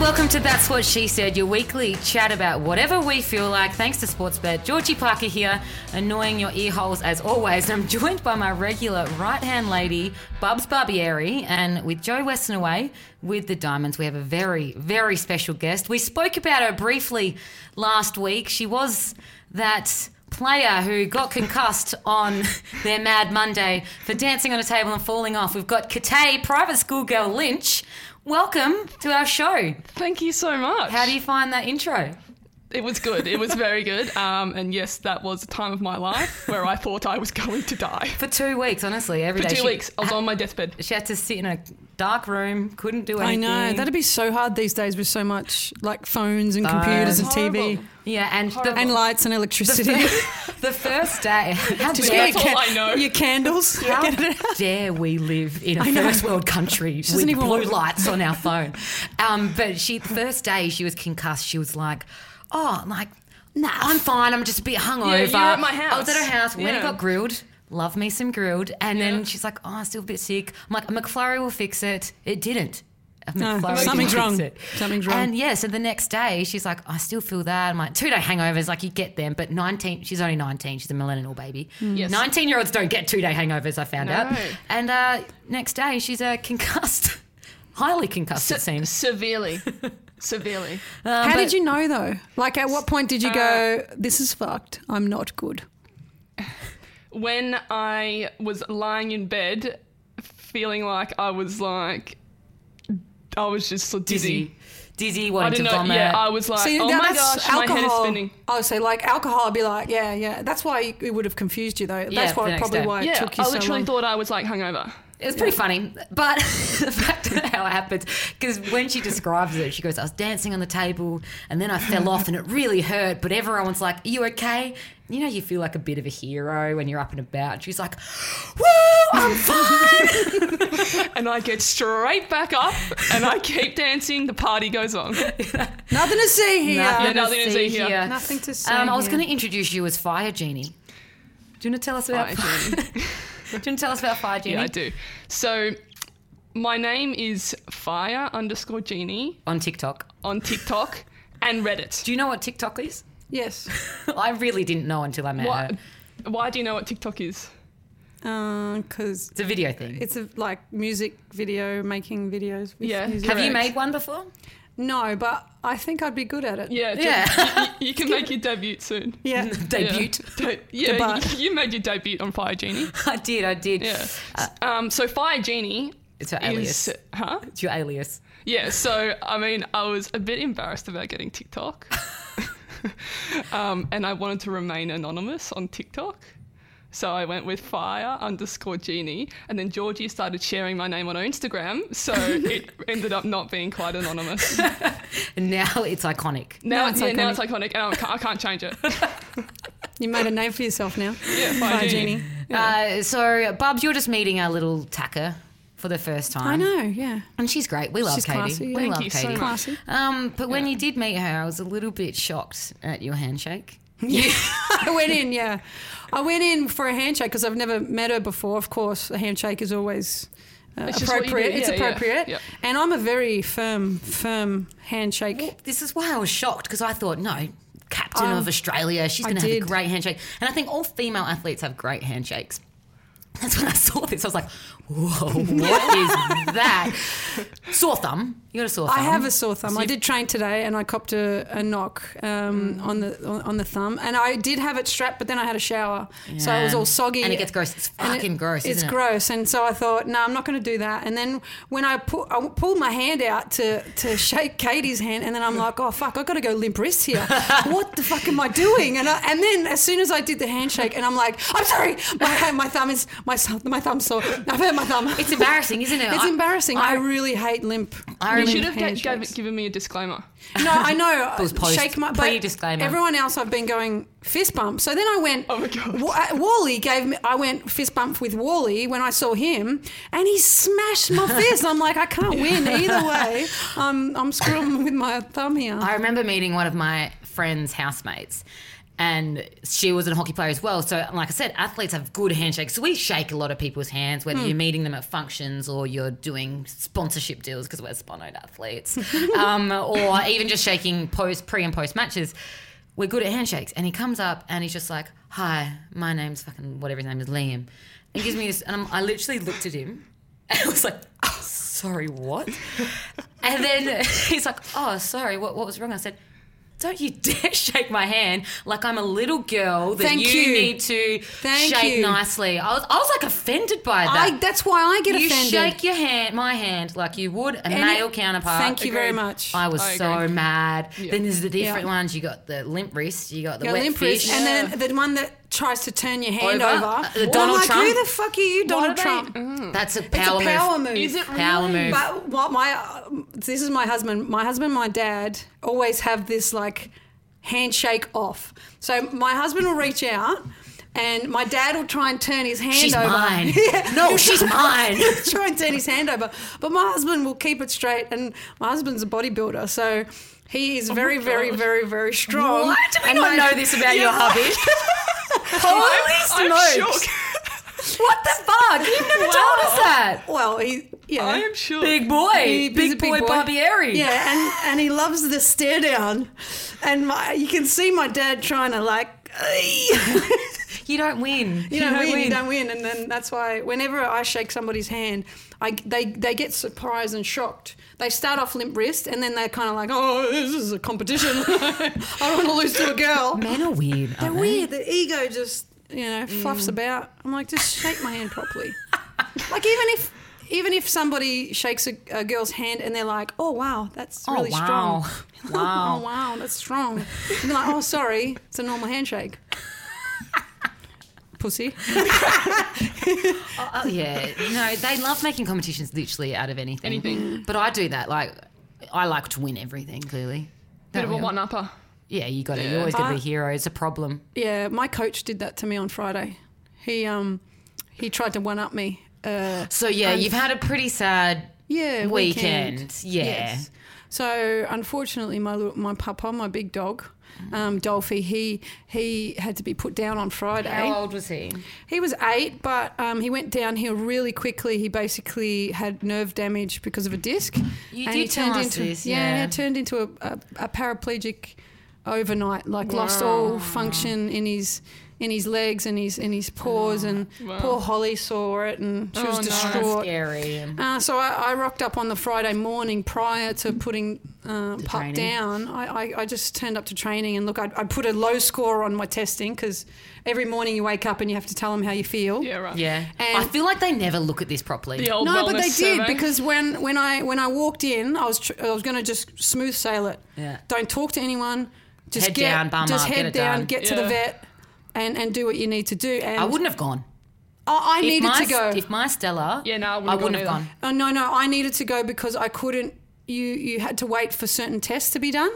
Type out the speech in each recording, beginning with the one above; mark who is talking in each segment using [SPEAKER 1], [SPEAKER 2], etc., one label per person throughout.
[SPEAKER 1] Welcome to That's What She Said, your weekly chat about whatever we feel like. Thanks to Sportsbet. Georgie Parker here, annoying your ear holes as always. I'm joined by my regular right hand lady, Bubs Barbieri, and with Joe Weston away with the Diamonds, we have a very, very special guest. We spoke about her briefly last week. She was that player who got concussed on their Mad Monday for dancing on a table and falling off. We've got Kate, private school girl Lynch. Welcome to our show.
[SPEAKER 2] Thank you so much.
[SPEAKER 1] How do you find that intro?
[SPEAKER 2] It was good. It was very good. Um, and yes, that was a time of my life where I thought I was going to die.
[SPEAKER 1] For two weeks, honestly, every
[SPEAKER 2] For
[SPEAKER 1] day.
[SPEAKER 2] two
[SPEAKER 1] she,
[SPEAKER 2] weeks, I was on my deathbed.
[SPEAKER 1] She had to sit in a dark room, couldn't do
[SPEAKER 3] I
[SPEAKER 1] anything.
[SPEAKER 3] know that'd be so hard these days with so much like phones and computers and TV
[SPEAKER 2] Uh, Horrible.
[SPEAKER 1] yeah, and the,
[SPEAKER 3] and lights and electricity.
[SPEAKER 1] the first day. How
[SPEAKER 3] Just
[SPEAKER 1] dare,
[SPEAKER 3] get
[SPEAKER 2] That's
[SPEAKER 3] your
[SPEAKER 2] all I know.
[SPEAKER 3] Your candles.
[SPEAKER 1] how
[SPEAKER 3] Get it out.
[SPEAKER 1] dare we live in a
[SPEAKER 3] know.
[SPEAKER 1] first world country
[SPEAKER 3] doesn't
[SPEAKER 1] with
[SPEAKER 3] even
[SPEAKER 1] blue
[SPEAKER 3] want-
[SPEAKER 1] lights on our phone? Um, but she, the first day she was concussed, she was like, "Oh, like, nah, I'm fine. I'm just a bit hungover."
[SPEAKER 2] you were at my
[SPEAKER 1] I was at her
[SPEAKER 2] house.
[SPEAKER 1] house. We went and
[SPEAKER 2] Yeah.
[SPEAKER 1] got grilled. Love me some grilled. And
[SPEAKER 2] Yeah.
[SPEAKER 1] then she's like, "Oh, I'm still a bit sick." I'm like, "A "McFlurry will fix it." It didn't. A
[SPEAKER 3] No,
[SPEAKER 1] McFlurry
[SPEAKER 3] something's
[SPEAKER 1] didn't fix
[SPEAKER 3] wrong.
[SPEAKER 1] it.
[SPEAKER 3] Something's wrong.
[SPEAKER 1] And yeah, so the next day she's like, I still feel that. I'm like, two day hangovers, like you get them, but 19, she's only 19, she's a millennial baby.
[SPEAKER 2] Mm. Yes.
[SPEAKER 1] 19 year olds don't get two day hangovers, I found
[SPEAKER 2] No.
[SPEAKER 1] out. And uh, next day she's uh, concussed, highly concussed, it
[SPEAKER 2] Se-
[SPEAKER 1] seems.
[SPEAKER 2] Severely. Severely.
[SPEAKER 3] How did you know though? Like, at what
[SPEAKER 2] Uh,
[SPEAKER 3] point did you go? This is fucked. I'm not good.
[SPEAKER 2] When I was lying in bed, feeling like I was like, I was just so dizzy.
[SPEAKER 1] Dizzy. Dizzy,
[SPEAKER 2] I
[SPEAKER 1] wanting to
[SPEAKER 2] didn't know.
[SPEAKER 1] vomit.
[SPEAKER 2] Yeah, I was like,
[SPEAKER 3] See,
[SPEAKER 2] oh
[SPEAKER 3] that-
[SPEAKER 2] my
[SPEAKER 3] that's
[SPEAKER 2] gosh, my head is
[SPEAKER 3] alcohol.
[SPEAKER 2] spinning.
[SPEAKER 3] Oh, so like alcohol, I'd be like, yeah, yeah. That's why it would have confused you though. That's
[SPEAKER 1] Yeah, the
[SPEAKER 3] why
[SPEAKER 1] next
[SPEAKER 3] probably
[SPEAKER 1] day.
[SPEAKER 3] why it
[SPEAKER 2] Yeah,
[SPEAKER 3] took you
[SPEAKER 2] I
[SPEAKER 3] so
[SPEAKER 2] literally
[SPEAKER 3] long.
[SPEAKER 2] thought I was like hungover.
[SPEAKER 1] It was pretty funny, but the fact of how it happens, because when she describes it, she goes, I was dancing on the table and then I fell off and it really hurt, but everyone's like, Are you okay? You know, you feel like a bit of a hero when you're up and about. And she's like, Woo, I'm fine.
[SPEAKER 2] And I get straight back up and I keep dancing. The party goes on.
[SPEAKER 3] nothing to see here.
[SPEAKER 2] Yeah, nothing to see here.
[SPEAKER 3] Nothing to see
[SPEAKER 1] Um, I was
[SPEAKER 3] here.
[SPEAKER 1] going to introduce you as Fire Genie. Do you want to tell us about
[SPEAKER 2] Fire
[SPEAKER 1] Do you want to tell us about Fire Genie?
[SPEAKER 2] Yeah, I do. So my name is Fire underscore Genie
[SPEAKER 1] On TikTok.
[SPEAKER 2] on TikTok and Reddit.
[SPEAKER 1] Do you know what TikTok is?
[SPEAKER 3] Yes.
[SPEAKER 1] I really didn't know until I met
[SPEAKER 2] Why,
[SPEAKER 1] her.
[SPEAKER 2] why do you know what TikTok is?
[SPEAKER 3] Uh, Because
[SPEAKER 1] It's a video thing.
[SPEAKER 3] It's a, like music video, making videos. With
[SPEAKER 2] Yeah.
[SPEAKER 3] music.
[SPEAKER 1] Have you
[SPEAKER 2] correct.
[SPEAKER 1] made one before?
[SPEAKER 3] No, but I think I'd be good at it.
[SPEAKER 2] Yeah,
[SPEAKER 1] Yeah.
[SPEAKER 2] just- you, you can make your debut soon.
[SPEAKER 3] Yeah.
[SPEAKER 2] Yeah.
[SPEAKER 1] Debut.
[SPEAKER 2] De- yeah,
[SPEAKER 3] Debut.
[SPEAKER 2] you, you made your debut on Fire Genie.
[SPEAKER 1] I did, I did. Uh,
[SPEAKER 2] Yeah. um, so Fire Genie
[SPEAKER 1] It's her alias.
[SPEAKER 2] is huh?
[SPEAKER 1] It's your alias.
[SPEAKER 2] Yeah. So I mean, I was a bit embarrassed about getting TikTok, um, and I wanted to remain anonymous on TikTok. So I went with fire underscore genie, and then Georgie started sharing my name on her Instagram. So it ended up not being quite anonymous. Now,
[SPEAKER 1] And now it's iconic.
[SPEAKER 2] it's,
[SPEAKER 3] it's
[SPEAKER 2] yeah, now it's iconic,
[SPEAKER 3] iconic.
[SPEAKER 2] and I can't, I can't change it.
[SPEAKER 3] You made a name for yourself now.
[SPEAKER 2] Yeah, fire,
[SPEAKER 3] Hi,
[SPEAKER 2] genie.
[SPEAKER 3] Jeannie.
[SPEAKER 1] Uh, so, Bubs, you're just meeting our little tacker for the first time.
[SPEAKER 3] I know, yeah.
[SPEAKER 1] And she's great. We love
[SPEAKER 3] She's
[SPEAKER 1] Katie.
[SPEAKER 3] classy,
[SPEAKER 1] We
[SPEAKER 3] yeah. Thank
[SPEAKER 1] love
[SPEAKER 2] you so
[SPEAKER 1] Katie.
[SPEAKER 2] much.
[SPEAKER 3] Classy.
[SPEAKER 1] Um, but when you did meet her, I was a little bit shocked at your handshake.
[SPEAKER 3] I went in, yeah. I went in for a handshake because I've never met her before. Of course, a handshake is always uh,
[SPEAKER 2] It's just what you do,
[SPEAKER 3] appropriate. It's
[SPEAKER 2] yeah, yeah,
[SPEAKER 3] appropriate.
[SPEAKER 2] yeah.
[SPEAKER 3] And I'm a very firm, firm handshake.
[SPEAKER 1] This is why I was shocked because I thought, no, captain
[SPEAKER 3] Um,
[SPEAKER 1] of Australia, she's
[SPEAKER 3] I
[SPEAKER 1] going to have a
[SPEAKER 3] did.
[SPEAKER 1] great handshake. And I think all female athletes have great handshakes. That's when I saw this. I was like, whoa, what is that? Sore thumb. You got a sore thumb.
[SPEAKER 3] I have a sore thumb.
[SPEAKER 1] So
[SPEAKER 3] I
[SPEAKER 1] you've-
[SPEAKER 3] did train today, and I copped a, a knock um,
[SPEAKER 1] Mm.
[SPEAKER 3] on the on, on the thumb, and I did have it strapped, but then I had a shower, so it was
[SPEAKER 1] Yeah.
[SPEAKER 3] all soggy.
[SPEAKER 1] And it gets gross. It's
[SPEAKER 3] And
[SPEAKER 1] fucking gross,
[SPEAKER 3] It's
[SPEAKER 1] isn't it?
[SPEAKER 3] gross, and so I thought, no, I'm not going to do that. And then when I pull, I pulled my hand out to to shake Katie's hand, and then I'm like, oh fuck, I got to go limp wrist here. what the fuck am I doing? And I, and then as soon as I did the handshake, and I'm like, I'm sorry, my hand- my thumb is my thumb- my thumb's sore. I've hurt my thumb.
[SPEAKER 1] It's embarrassing, isn't it?
[SPEAKER 3] It's
[SPEAKER 1] I-
[SPEAKER 3] embarrassing. I,
[SPEAKER 1] I-
[SPEAKER 3] really hate limp.
[SPEAKER 1] I
[SPEAKER 2] You
[SPEAKER 1] remember
[SPEAKER 2] should have g-
[SPEAKER 3] handshakes.
[SPEAKER 2] gave, given me a disclaimer.
[SPEAKER 3] No, I know. Uh,
[SPEAKER 1] Those posts,
[SPEAKER 3] Shake my but
[SPEAKER 1] pre-disclaimer.
[SPEAKER 3] Everyone else, I've been going fist bump. So then I went.
[SPEAKER 2] Oh my God.
[SPEAKER 3] Wa- uh, Wally gave me. I went fist bump with Wally when I saw him, and he smashed my fist. I'm like, I can't win either way. I'm I'm screwing with my thumb here.
[SPEAKER 1] I remember meeting one of my friend's housemates, and she was a hockey player as well. So, like I said, athletes have good handshakes. So we shake a lot of people's hands, whether you're meeting them at functions or you're doing sponsorship deals because we're sponsored athletes, um, or even just shaking post, pre and post matches. We're good at handshakes. And he comes up and he's just like, "Hi, my name's fucking whatever his name is, Liam." And gives me this, and I'm, I literally looked at him and I was like, "Oh, sorry, what? And then he's like, oh, sorry, what, what was wrong? I said, don't you dare shake my hand like I'm a little girl that
[SPEAKER 3] Thank you.
[SPEAKER 1] need to
[SPEAKER 3] Thank
[SPEAKER 1] shake
[SPEAKER 3] you.
[SPEAKER 1] nicely. I was, I was like offended by that.
[SPEAKER 3] I, that's why I get
[SPEAKER 1] you
[SPEAKER 3] offended.
[SPEAKER 1] shake your hand, my hand, like you would a
[SPEAKER 3] Any-
[SPEAKER 1] male counterpart.
[SPEAKER 3] Thank you very
[SPEAKER 2] Agreed.
[SPEAKER 3] much.
[SPEAKER 1] I was
[SPEAKER 2] I
[SPEAKER 1] so
[SPEAKER 2] agree.
[SPEAKER 1] mad. Then there's the different
[SPEAKER 3] Yeah.
[SPEAKER 1] ones. You got the limp wrist. You got the
[SPEAKER 3] Go
[SPEAKER 1] wet
[SPEAKER 3] limp
[SPEAKER 1] fish.
[SPEAKER 3] wrist, and then the one that tries to turn your hand
[SPEAKER 1] Over.
[SPEAKER 3] over.
[SPEAKER 1] Uh, the
[SPEAKER 3] I'm
[SPEAKER 1] Donald
[SPEAKER 3] like,
[SPEAKER 1] Trump.
[SPEAKER 3] Who the fuck are you, Donald
[SPEAKER 2] they-
[SPEAKER 3] Trump?
[SPEAKER 1] Mm-hmm. That's a
[SPEAKER 3] It's
[SPEAKER 1] power,
[SPEAKER 3] a power
[SPEAKER 1] move.
[SPEAKER 3] move.
[SPEAKER 2] Is it really?
[SPEAKER 1] Power move.
[SPEAKER 3] But what my uh, this is my husband. My husband, and my dad always have this like handshake off. So my husband will reach out, and my dad will try and turn his hand
[SPEAKER 1] She's
[SPEAKER 3] over.
[SPEAKER 1] mine. No, she's mine.
[SPEAKER 3] try and turn his hand over, but my husband will keep it straight. And my husband's a bodybuilder, so he
[SPEAKER 1] Oh
[SPEAKER 3] is very, very, very, very strong.
[SPEAKER 1] Why do we
[SPEAKER 3] And
[SPEAKER 1] Um, not
[SPEAKER 3] my-
[SPEAKER 1] know this about your hubby?
[SPEAKER 3] Oh,
[SPEAKER 2] I'm,
[SPEAKER 1] Holy
[SPEAKER 2] I'm
[SPEAKER 1] smokes!
[SPEAKER 2] shook.
[SPEAKER 1] What the fuck? You've never told us that.
[SPEAKER 3] Well, he yeah.
[SPEAKER 2] I am shook.
[SPEAKER 1] Big boy,
[SPEAKER 3] He- he's a
[SPEAKER 1] big,
[SPEAKER 3] big
[SPEAKER 1] boy,
[SPEAKER 3] boy.
[SPEAKER 1] Barbieri.
[SPEAKER 3] eh? Yeah, and, and he loves the stare down, and my, you can see my dad trying to like,
[SPEAKER 1] You don't win.
[SPEAKER 3] you don't win, you don't win, and then that's why whenever I shake somebody's hand, I they they get surprised and shocked. They start off limp wrist, and then they're kind of like, oh, this is a competition. I don't want to lose to a girl.
[SPEAKER 1] Men are weird.
[SPEAKER 3] They're
[SPEAKER 1] aren't they?
[SPEAKER 3] weird. The ego just you know fluffs
[SPEAKER 1] Mm.
[SPEAKER 3] about. I'm like, just shake my hand properly. like even if. Even if somebody shakes a, a girl's hand and they're like, "Oh wow, that's
[SPEAKER 1] Oh,
[SPEAKER 3] really
[SPEAKER 1] wow.
[SPEAKER 3] strong,"
[SPEAKER 1] Wow.
[SPEAKER 3] oh wow, that's strong. And they're like, "Oh sorry, it's a normal handshake." Pussy.
[SPEAKER 1] Oh, oh, yeah. No, they love making competitions literally out of anything.
[SPEAKER 2] Anything.
[SPEAKER 1] But I do that. Like, I like to win everything. Clearly.
[SPEAKER 2] Bit
[SPEAKER 1] Don't
[SPEAKER 2] of a
[SPEAKER 1] we all?
[SPEAKER 2] one upper.
[SPEAKER 1] Yeah, you got to You always got to be a
[SPEAKER 3] I-
[SPEAKER 1] hero. It's a problem.
[SPEAKER 3] Yeah, my coach did that to me on Friday. He um he tried to one up me. Uh,
[SPEAKER 1] So yeah,
[SPEAKER 3] And-
[SPEAKER 1] you've had a pretty sad
[SPEAKER 3] yeah,
[SPEAKER 1] weekend.
[SPEAKER 3] weekend.
[SPEAKER 1] Yeah.
[SPEAKER 3] Yes. So unfortunately, my little- my papa, my big dog,
[SPEAKER 1] Mm.
[SPEAKER 3] um, Dolphy, he he had to be put down on Friday.
[SPEAKER 1] How old was he?
[SPEAKER 3] He was eight, but um, he went downhill really quickly. He basically had nerve damage because of a disc.
[SPEAKER 1] You did
[SPEAKER 3] and he turned
[SPEAKER 1] tell us
[SPEAKER 3] into
[SPEAKER 1] this, yeah.
[SPEAKER 3] yeah, he turned into a, a, a paraplegic overnight. Like lost all function in his in his legs and his in his paws. And
[SPEAKER 2] Wow.
[SPEAKER 3] poor Holly saw it and she
[SPEAKER 2] Oh,
[SPEAKER 3] was
[SPEAKER 2] no.
[SPEAKER 3] distraught.
[SPEAKER 1] Scary.
[SPEAKER 3] Uh, so I, I rocked up on the Friday morning prior to putting uh, pup
[SPEAKER 1] training.
[SPEAKER 3] down. I, I, I just turned up to training and look, I, I put a low score on my testing because every morning you wake up and you have to tell them how you feel.
[SPEAKER 2] Yeah, right.
[SPEAKER 1] Yeah.
[SPEAKER 3] And-
[SPEAKER 1] I feel like they never look at this properly.
[SPEAKER 2] The old
[SPEAKER 3] No, but
[SPEAKER 2] wellness
[SPEAKER 3] they
[SPEAKER 2] survey.
[SPEAKER 3] did because when, when I when I walked in, I was tr- I was going to just smooth sail it.
[SPEAKER 1] Yeah.
[SPEAKER 3] Don't talk to anyone. Just
[SPEAKER 1] Head
[SPEAKER 3] get
[SPEAKER 1] down, bum
[SPEAKER 3] just
[SPEAKER 1] up, get
[SPEAKER 3] head
[SPEAKER 1] it
[SPEAKER 3] down,
[SPEAKER 1] done.
[SPEAKER 3] get to the
[SPEAKER 2] Yeah.
[SPEAKER 3] vet, and, and do what you need to do. And
[SPEAKER 1] I wouldn't have gone.
[SPEAKER 3] I, I
[SPEAKER 1] If
[SPEAKER 3] needed
[SPEAKER 1] my,
[SPEAKER 3] to go.
[SPEAKER 1] If my Stella,
[SPEAKER 2] Yeah, no, I wouldn't
[SPEAKER 1] I
[SPEAKER 2] have
[SPEAKER 1] wouldn't have
[SPEAKER 2] gone
[SPEAKER 1] gone.
[SPEAKER 2] either.
[SPEAKER 3] Oh no, no, I needed to go because I couldn't. You you had to wait for certain tests to be done,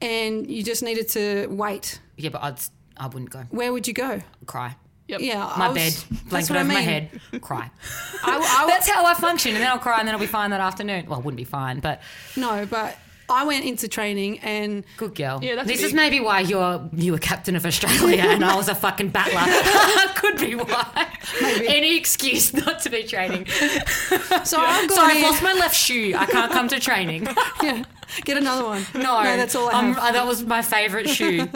[SPEAKER 3] and you just needed to wait.
[SPEAKER 1] Yeah, but I'd, I wouldn't go.
[SPEAKER 3] Where would you go?
[SPEAKER 1] Cry.
[SPEAKER 2] Yep.
[SPEAKER 3] Yeah, I
[SPEAKER 1] My
[SPEAKER 3] was-
[SPEAKER 1] bed,
[SPEAKER 3] that's
[SPEAKER 1] blanket over
[SPEAKER 3] what I mean.
[SPEAKER 1] my head, cry.
[SPEAKER 3] I, I-
[SPEAKER 1] That's how I function, and then I'll cry, and then I'll be fine that afternoon. Well, I wouldn't be fine, but
[SPEAKER 3] no, but I went into training and
[SPEAKER 1] good girl.
[SPEAKER 2] Yeah, that's
[SPEAKER 1] this is
[SPEAKER 2] big.
[SPEAKER 1] maybe why you're you were captain of Australia and I was a fucking battler. Could be why. Any excuse not to be training.
[SPEAKER 3] so I've
[SPEAKER 1] So
[SPEAKER 3] got
[SPEAKER 1] I've
[SPEAKER 3] in.
[SPEAKER 1] lost my left shoe. I can't come to training. No,
[SPEAKER 3] Yeah. Get another one. no, that's all I
[SPEAKER 1] I'm-
[SPEAKER 3] have.
[SPEAKER 1] uh, that was my favourite shoe.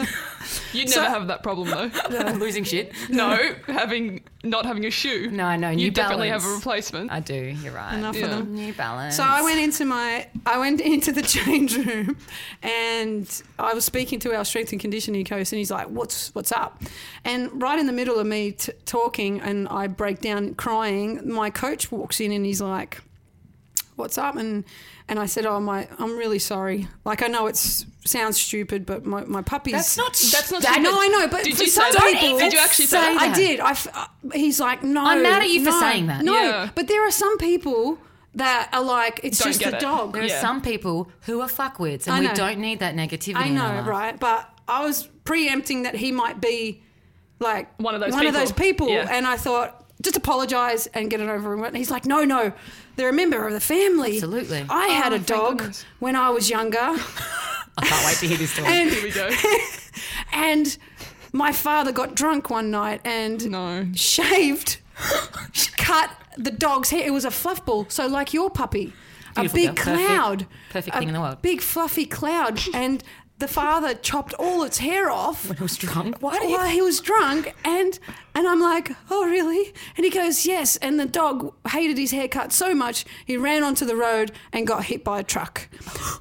[SPEAKER 2] You'd never have that problem though.
[SPEAKER 1] Losing shit.
[SPEAKER 2] no, having not having a shoe.
[SPEAKER 1] No, I know,
[SPEAKER 2] You
[SPEAKER 1] New
[SPEAKER 2] definitely
[SPEAKER 1] Balance.
[SPEAKER 2] have a replacement.
[SPEAKER 1] I do. You're right.
[SPEAKER 3] Enough
[SPEAKER 2] Yeah.
[SPEAKER 3] of them.
[SPEAKER 1] New Balance.
[SPEAKER 3] So I went into my I went into the change room and I was speaking to our strength and conditioning coach and he's like, "What's what's up?" And right in the middle of me t- talking and I break down crying, my coach walks in and he's like, "What's up?" and and I said, "Oh my, I'm really sorry. Like I know it's sounds stupid, but my my puppy's
[SPEAKER 1] That's not.
[SPEAKER 2] That's not
[SPEAKER 1] that-
[SPEAKER 3] I
[SPEAKER 2] stupid.
[SPEAKER 3] know, I know, but
[SPEAKER 2] Did
[SPEAKER 3] for
[SPEAKER 2] you say
[SPEAKER 3] some
[SPEAKER 2] that?
[SPEAKER 3] people,
[SPEAKER 2] Did you actually say
[SPEAKER 1] say
[SPEAKER 2] that?
[SPEAKER 1] that?
[SPEAKER 3] I did. I f- uh, he's like, no.
[SPEAKER 1] I'm mad at you for
[SPEAKER 3] no,
[SPEAKER 1] saying that.
[SPEAKER 3] No,
[SPEAKER 2] Yeah.
[SPEAKER 3] but there are some people that are like, it's
[SPEAKER 2] Don't
[SPEAKER 3] just
[SPEAKER 2] get
[SPEAKER 3] the
[SPEAKER 2] it.
[SPEAKER 3] dog.
[SPEAKER 1] There are
[SPEAKER 2] Yeah.
[SPEAKER 1] some people who are fuckwits,
[SPEAKER 3] I
[SPEAKER 1] and we
[SPEAKER 3] know.
[SPEAKER 1] don't need that negativity.
[SPEAKER 3] I
[SPEAKER 1] in our
[SPEAKER 3] know,
[SPEAKER 1] life.
[SPEAKER 3] right? But I was preempting that he might be like
[SPEAKER 2] One of those
[SPEAKER 3] one of
[SPEAKER 2] people.
[SPEAKER 3] those people,
[SPEAKER 2] Yeah.
[SPEAKER 3] and I thought just apologize and get it over and he's like no no they're a member of the family
[SPEAKER 1] Absolutely.
[SPEAKER 3] i had
[SPEAKER 2] Oh,
[SPEAKER 3] a
[SPEAKER 2] thank
[SPEAKER 3] dog
[SPEAKER 2] goodness.
[SPEAKER 3] when i was younger
[SPEAKER 1] I can't wait to hear this story.
[SPEAKER 3] and
[SPEAKER 2] Here we go.
[SPEAKER 3] and my father got drunk one night and
[SPEAKER 2] No.
[SPEAKER 3] shaved, cut the dog's hair. It was a fluffball, so like your puppy,
[SPEAKER 1] Beautiful
[SPEAKER 3] a big
[SPEAKER 1] girl. Perfect.
[SPEAKER 3] cloud,
[SPEAKER 1] Perfect
[SPEAKER 3] a
[SPEAKER 1] thing in the world.
[SPEAKER 3] big fluffy cloud, and the father chopped all its hair off.
[SPEAKER 1] When I was drunk. Why do you
[SPEAKER 3] Well, he was drunk, and and I'm like, oh really? And he goes, yes. And the dog hated his haircut so much, he ran onto the road and got hit by a truck.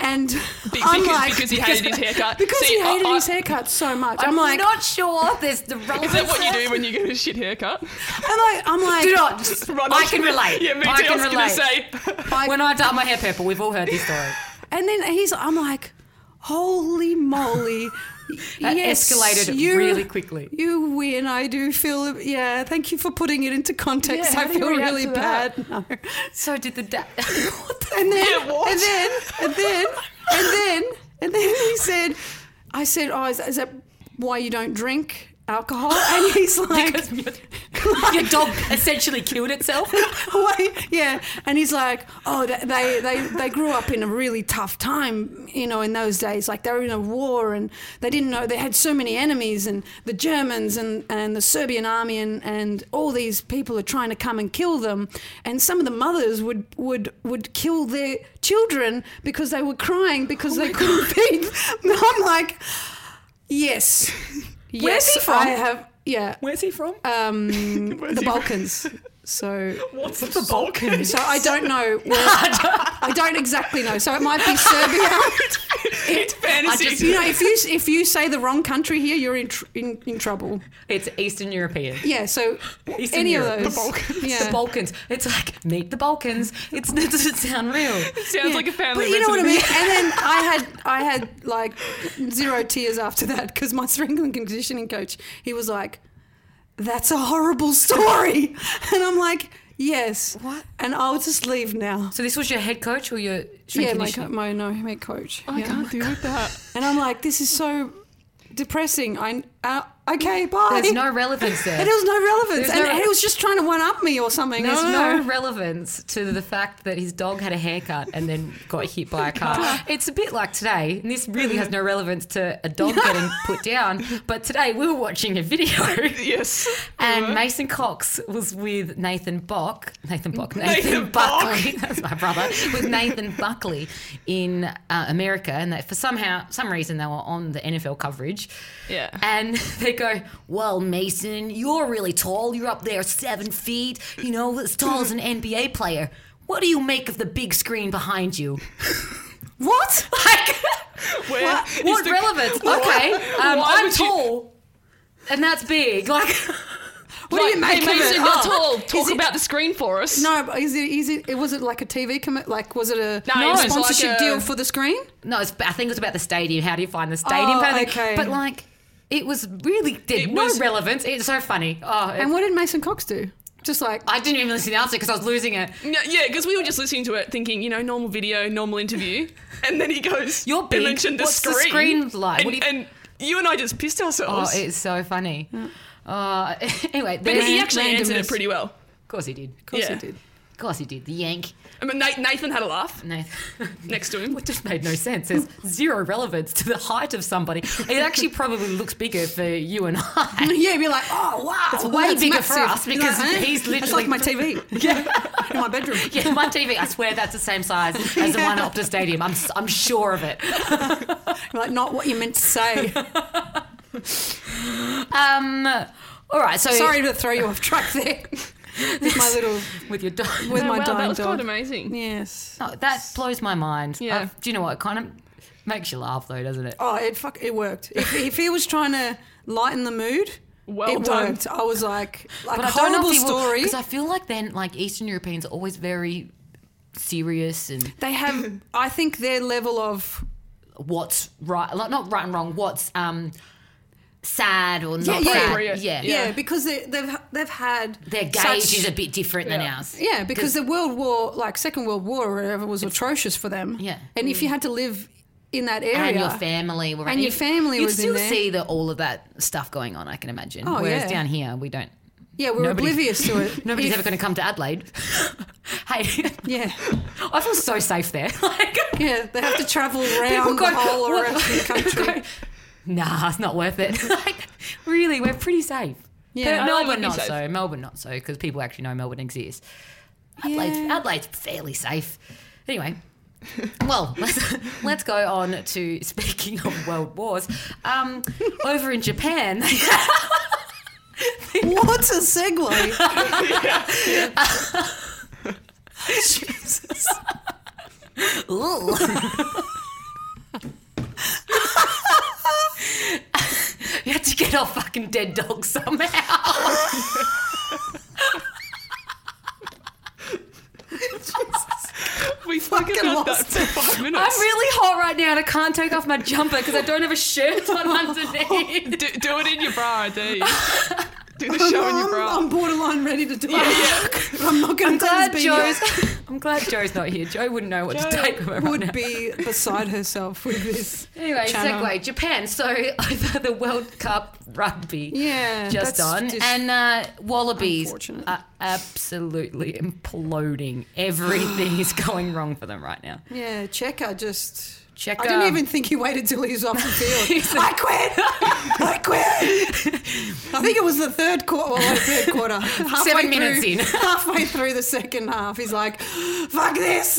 [SPEAKER 3] And
[SPEAKER 2] Be-
[SPEAKER 3] I'm
[SPEAKER 2] because,
[SPEAKER 3] like,
[SPEAKER 2] because he hated his haircut.
[SPEAKER 3] because
[SPEAKER 2] See,
[SPEAKER 3] he hated
[SPEAKER 2] I, I,
[SPEAKER 3] his haircut so much. I'm,
[SPEAKER 1] I'm
[SPEAKER 3] like,
[SPEAKER 1] not sure there's the relevance.
[SPEAKER 2] Is that what you do when you get a shit haircut?
[SPEAKER 3] I'm like, I'm like,
[SPEAKER 1] Do not. I can relate.
[SPEAKER 2] Yeah, me too.
[SPEAKER 1] I
[SPEAKER 2] I,
[SPEAKER 1] can
[SPEAKER 2] was going to
[SPEAKER 1] relate.
[SPEAKER 2] say.
[SPEAKER 1] When I dye my hair purple, we've all heard this story.
[SPEAKER 3] And then he's, I'm like, holy moly.
[SPEAKER 1] That escalated really quickly.
[SPEAKER 3] You win. I do feel, yeah, thank you for putting it into context.
[SPEAKER 1] Yeah, how
[SPEAKER 3] I
[SPEAKER 1] do you
[SPEAKER 3] feel
[SPEAKER 1] react
[SPEAKER 3] really
[SPEAKER 1] to that?
[SPEAKER 3] bad. No.
[SPEAKER 1] So did the dad.
[SPEAKER 3] And then,
[SPEAKER 2] Yeah, what?
[SPEAKER 3] and then, and then, and then, and then he said, I said, oh, is, is that why you don't drink alcohol? And he's like,
[SPEAKER 1] because your, your dog essentially killed itself.
[SPEAKER 3] Why- yeah, and he's like, oh, th- they, they they grew up in a really tough time, you know, in those days. Like they were in a war, and they didn't know they had so many enemies, and the Germans and, and the Serbian army, and, and all these people are trying to come and kill them. And some of the mothers would would would kill their children because they were crying because they couldn't feed. I'm like, yes, yes,
[SPEAKER 1] he from?
[SPEAKER 3] I have, yeah,
[SPEAKER 1] Where's he from?
[SPEAKER 3] um,
[SPEAKER 2] Where's
[SPEAKER 3] the
[SPEAKER 2] he-
[SPEAKER 3] Balkans. So
[SPEAKER 2] What's the Balkans?
[SPEAKER 3] so I don't know. Where, I don't exactly know. So it might be Serbia.
[SPEAKER 2] it's fantasy.
[SPEAKER 1] just-
[SPEAKER 3] you know, if you if you say the wrong country here, you're in tr- in, in trouble.
[SPEAKER 1] It's Eastern European.
[SPEAKER 3] Yeah. So
[SPEAKER 1] Eastern
[SPEAKER 3] any
[SPEAKER 1] Europe.
[SPEAKER 3] of those.
[SPEAKER 2] The Balkans.
[SPEAKER 3] Yeah.
[SPEAKER 1] The Balkans. It's like meet the Balkans. It's, it doesn't sound real.
[SPEAKER 2] Sounds
[SPEAKER 3] Yeah.
[SPEAKER 2] like a family
[SPEAKER 3] But you know what I mean.
[SPEAKER 2] recipe.
[SPEAKER 3] And then I had I had like zero tears after that because my strength and conditioning coach he was like, "That's a horrible story," and I'm like, "Yes."
[SPEAKER 1] What?
[SPEAKER 3] And I'll just leave now.
[SPEAKER 1] So this was your head coach or your strength
[SPEAKER 3] Yeah, my, co-
[SPEAKER 1] conditioning?
[SPEAKER 3] my no, my coach.
[SPEAKER 2] I
[SPEAKER 3] yeah.
[SPEAKER 2] can't deal with that.
[SPEAKER 3] And I'm like, this is so depressing. I uh, okay, bye.
[SPEAKER 1] There's no relevance there.
[SPEAKER 3] And there was no relevance,
[SPEAKER 1] There's
[SPEAKER 3] and
[SPEAKER 1] no-
[SPEAKER 3] he was just trying to one up me or something.
[SPEAKER 1] There's
[SPEAKER 3] I don't
[SPEAKER 1] no
[SPEAKER 3] know.
[SPEAKER 1] relevance to the fact that his dog had a haircut and then got hit by a car. It's a bit like today, and this really has no relevance to a dog getting put down. But today we were watching a video,
[SPEAKER 2] Yes. Uh-huh.
[SPEAKER 1] and Mason Cox was with Nathan Bock, Nathan Bock, Nathan,
[SPEAKER 2] Nathan
[SPEAKER 1] Buckley. That's my brother with Nathan Buckley in uh, America, and that for somehow some reason they were on the NFL coverage.
[SPEAKER 2] Yeah.
[SPEAKER 1] And they go, Well, Mason, you're really tall. You're up there seven feet, you know, as tall as an NBA player. What do you make of the big screen behind you?
[SPEAKER 3] What?
[SPEAKER 1] Like,
[SPEAKER 2] Where
[SPEAKER 1] what,
[SPEAKER 2] is
[SPEAKER 1] what
[SPEAKER 2] the-
[SPEAKER 1] relevance?
[SPEAKER 2] Why-
[SPEAKER 1] okay, um,
[SPEAKER 2] why
[SPEAKER 1] I'm
[SPEAKER 2] would you-
[SPEAKER 1] tall, and that's big. Like,
[SPEAKER 3] What do you
[SPEAKER 2] Like,
[SPEAKER 3] make
[SPEAKER 2] hey,
[SPEAKER 3] of
[SPEAKER 2] Mason,
[SPEAKER 3] it?
[SPEAKER 2] you're
[SPEAKER 3] Oh.
[SPEAKER 2] tall. Talk
[SPEAKER 3] it-
[SPEAKER 2] about the screen for us.
[SPEAKER 3] No, but is it, is it? It was it like a TV commit? Like was it a
[SPEAKER 2] No, it was like
[SPEAKER 3] sponsorship
[SPEAKER 2] a-
[SPEAKER 3] deal for the screen?
[SPEAKER 1] no, it's, I think it was about the stadium. How do you find the stadium?
[SPEAKER 3] Oh,
[SPEAKER 1] kind of thing.
[SPEAKER 3] okay.
[SPEAKER 1] But like, it was really did
[SPEAKER 2] It
[SPEAKER 1] no
[SPEAKER 2] was-
[SPEAKER 1] relevance. It's so funny. Oh, it-
[SPEAKER 3] And what did Mason Cox do? Just like
[SPEAKER 1] I didn't even listen to the answer because I was losing it.
[SPEAKER 2] No, yeah, because we were just listening to it, thinking, you know, normal video, normal interview, and then he goes,
[SPEAKER 1] You're
[SPEAKER 2] "You
[SPEAKER 1] big.
[SPEAKER 2] mentioned the
[SPEAKER 1] What's the
[SPEAKER 2] screen.
[SPEAKER 1] screen like?
[SPEAKER 2] And
[SPEAKER 1] What
[SPEAKER 2] and
[SPEAKER 1] do
[SPEAKER 2] you...
[SPEAKER 1] you-
[SPEAKER 2] and I just pissed
[SPEAKER 1] Oh,
[SPEAKER 2] ourselves.
[SPEAKER 1] it's so funny. Uh, anyway,
[SPEAKER 2] but
[SPEAKER 1] there's-
[SPEAKER 2] he actually
[SPEAKER 3] randomness.
[SPEAKER 2] answered it pretty well.
[SPEAKER 1] Of course he did. Of
[SPEAKER 3] Of
[SPEAKER 1] course,
[SPEAKER 3] course he
[SPEAKER 2] Yeah.
[SPEAKER 3] did.
[SPEAKER 1] of course he did. The Yank.
[SPEAKER 2] I mean, Na- Nathan had a laugh
[SPEAKER 1] No.
[SPEAKER 2] next to him.
[SPEAKER 1] What just made no sense. There's zero relevance to the height of somebody. It actually probably looks bigger for you and I.
[SPEAKER 3] Yeah, you'd be like, oh wow,
[SPEAKER 1] It's way
[SPEAKER 3] that's
[SPEAKER 1] bigger for us
[SPEAKER 3] You're
[SPEAKER 1] because
[SPEAKER 3] eh?
[SPEAKER 1] he's
[SPEAKER 3] That's
[SPEAKER 1] literally-
[SPEAKER 3] like my TV. Yeah, in my bedroom.
[SPEAKER 1] Yeah, my TV, I swear that's the same size as the one at Optus Stadium. I'm, s- I'm sure of it.
[SPEAKER 3] You're like not what you meant to say.
[SPEAKER 1] Um, all right, so
[SPEAKER 3] Sorry to throw you off track there. With my little
[SPEAKER 1] with your dog.
[SPEAKER 3] with
[SPEAKER 2] Oh,
[SPEAKER 3] my
[SPEAKER 2] wow,
[SPEAKER 3] dying
[SPEAKER 2] that was
[SPEAKER 3] dog.
[SPEAKER 2] quite amazing.
[SPEAKER 3] Yes.
[SPEAKER 1] No, that blows my mind.
[SPEAKER 2] Yeah.
[SPEAKER 1] Uh, do you know what? It kind of makes you laugh, though, doesn't it?
[SPEAKER 3] Oh, it fuck, it worked. If, if he was trying to lighten the mood,
[SPEAKER 2] Well
[SPEAKER 3] it
[SPEAKER 2] done.
[SPEAKER 3] worked. I was like, like
[SPEAKER 1] But
[SPEAKER 3] a
[SPEAKER 1] I don't know
[SPEAKER 3] horrible
[SPEAKER 1] if he
[SPEAKER 3] story.
[SPEAKER 1] Because I feel like then, like, Eastern Europeans are always very serious and
[SPEAKER 3] they have, I think, their level of
[SPEAKER 1] what's right, like not right and wrong. What's um sad or
[SPEAKER 3] Yeah,
[SPEAKER 1] not
[SPEAKER 3] yeah.
[SPEAKER 1] sad.
[SPEAKER 2] Appropriate.
[SPEAKER 1] Yeah.
[SPEAKER 3] yeah,
[SPEAKER 2] Yeah.
[SPEAKER 3] because they, they've they've had
[SPEAKER 1] their gauge
[SPEAKER 3] such-
[SPEAKER 1] is a bit different than
[SPEAKER 2] Yeah.
[SPEAKER 1] ours.
[SPEAKER 3] Yeah, because the World War, like Second World War or whatever, was atrocious for them.
[SPEAKER 1] Yeah.
[SPEAKER 3] and if you had to live in that area,
[SPEAKER 1] And your family were
[SPEAKER 3] And your family
[SPEAKER 1] you
[SPEAKER 3] was in
[SPEAKER 1] still
[SPEAKER 3] there.
[SPEAKER 1] see the, all of that stuff going on. I can imagine.
[SPEAKER 3] Oh,
[SPEAKER 1] Whereas
[SPEAKER 3] yeah.
[SPEAKER 1] down here, we don't.
[SPEAKER 3] yeah, we're
[SPEAKER 1] Nobody-
[SPEAKER 3] oblivious to it.
[SPEAKER 1] Nobody's
[SPEAKER 3] If-
[SPEAKER 1] ever going to come to Adelaide. hey,
[SPEAKER 3] Yeah,
[SPEAKER 1] I feel so safe there. like,
[SPEAKER 3] yeah, they have to travel around
[SPEAKER 1] people go,
[SPEAKER 3] the whole
[SPEAKER 1] "What-
[SPEAKER 3] around the country.
[SPEAKER 1] go, nah, it's not worth it. like, really, we're pretty safe.
[SPEAKER 3] Yeah.
[SPEAKER 1] Yeah,
[SPEAKER 2] I like
[SPEAKER 1] Melbourne
[SPEAKER 2] being
[SPEAKER 1] not
[SPEAKER 2] safe.
[SPEAKER 1] so. Melbourne not so because people actually know Melbourne exists. Adelaide's,
[SPEAKER 3] Yeah.
[SPEAKER 1] Adelaide's fairly safe. Anyway, well, let's, let's go on to speaking of world wars. Um, over in Japan,
[SPEAKER 3] What a segue! Jesus.
[SPEAKER 1] Ooh. you had to get off fucking dead dog somehow.
[SPEAKER 2] We spoke
[SPEAKER 3] Fucking
[SPEAKER 2] about that
[SPEAKER 3] lost
[SPEAKER 2] for five minutes.
[SPEAKER 1] I'm really hot right now and I can't take off my jumper because I don't have a shirt on underneath.
[SPEAKER 2] do, do it in your bra, D. Do the show in your
[SPEAKER 3] I'm,
[SPEAKER 2] bra.
[SPEAKER 3] I'm borderline ready to do it. I'm not going to
[SPEAKER 1] Glad
[SPEAKER 3] do this.
[SPEAKER 1] Joe's, I'm glad Joe's not here. Joe wouldn't know what to
[SPEAKER 2] Joe
[SPEAKER 1] take from her.
[SPEAKER 3] would
[SPEAKER 1] right
[SPEAKER 3] be beside herself with this.
[SPEAKER 1] now. Anyway,
[SPEAKER 3] Channel.
[SPEAKER 1] segue Japan. So over the World Cup rugby
[SPEAKER 3] Yeah,
[SPEAKER 1] just
[SPEAKER 3] that's
[SPEAKER 1] on,
[SPEAKER 3] just-
[SPEAKER 1] and uh, Wallabies
[SPEAKER 3] Unfortunate.
[SPEAKER 1] are absolutely imploding. Everything is going wrong for them right now.
[SPEAKER 3] Yeah, Checker just.
[SPEAKER 1] Checker.
[SPEAKER 3] I didn't even think he waited till he was off the field. I quit! I quit! I think it was the third quarter. Well, the third quarter. Halfway
[SPEAKER 1] Seven minutes
[SPEAKER 3] through,
[SPEAKER 1] in.
[SPEAKER 3] Halfway through the second half, he's like, fuck this!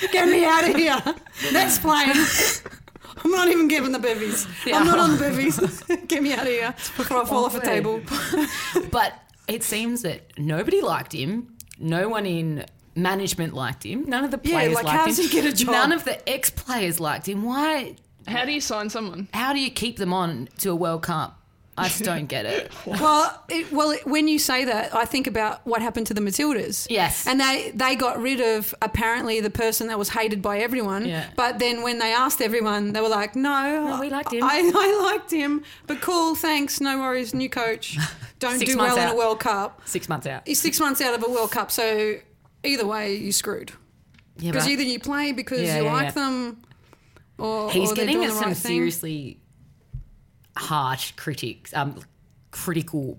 [SPEAKER 3] Get me out of here! Next plane! I'm not even giving the bevies.
[SPEAKER 1] Yeah.
[SPEAKER 3] I'm not on the bevies. Get me out of here before I fall off a
[SPEAKER 1] awkward.
[SPEAKER 3] table.
[SPEAKER 1] But it seems that nobody liked him. No one in management liked him. None of the
[SPEAKER 3] Yeah,
[SPEAKER 1] players
[SPEAKER 3] like,
[SPEAKER 1] liked
[SPEAKER 3] how
[SPEAKER 1] him.
[SPEAKER 3] does he get a job?
[SPEAKER 1] None of the ex players liked him. Why?
[SPEAKER 2] How do you sign someone?
[SPEAKER 1] How do you keep them on to a World Cup? I just don't get it.
[SPEAKER 3] Well, it, well, it, when you say that, I think about what happened to the Matildas.
[SPEAKER 1] Yes.
[SPEAKER 3] and they they got rid of apparently the person that was hated by everyone.
[SPEAKER 1] Yeah.
[SPEAKER 3] But then when they asked everyone, they were like, "No,
[SPEAKER 1] No, we liked him."
[SPEAKER 3] I, I liked him, but cool, thanks, no worries, new coach. Don't
[SPEAKER 1] Six
[SPEAKER 3] do
[SPEAKER 1] months
[SPEAKER 3] well in
[SPEAKER 1] out.
[SPEAKER 3] a World Cup.
[SPEAKER 1] Six months out.
[SPEAKER 3] He's six months out of a World Cup, so either way, you screwed
[SPEAKER 1] Yeah,
[SPEAKER 3] because
[SPEAKER 1] but
[SPEAKER 3] either you play because
[SPEAKER 1] Yeah,
[SPEAKER 3] you
[SPEAKER 1] yeah,
[SPEAKER 3] like
[SPEAKER 1] yeah.
[SPEAKER 3] them, or
[SPEAKER 1] he's
[SPEAKER 3] or they're
[SPEAKER 1] getting
[SPEAKER 3] doing the
[SPEAKER 1] some
[SPEAKER 3] right thing.
[SPEAKER 1] seriously harsh critics, um, critical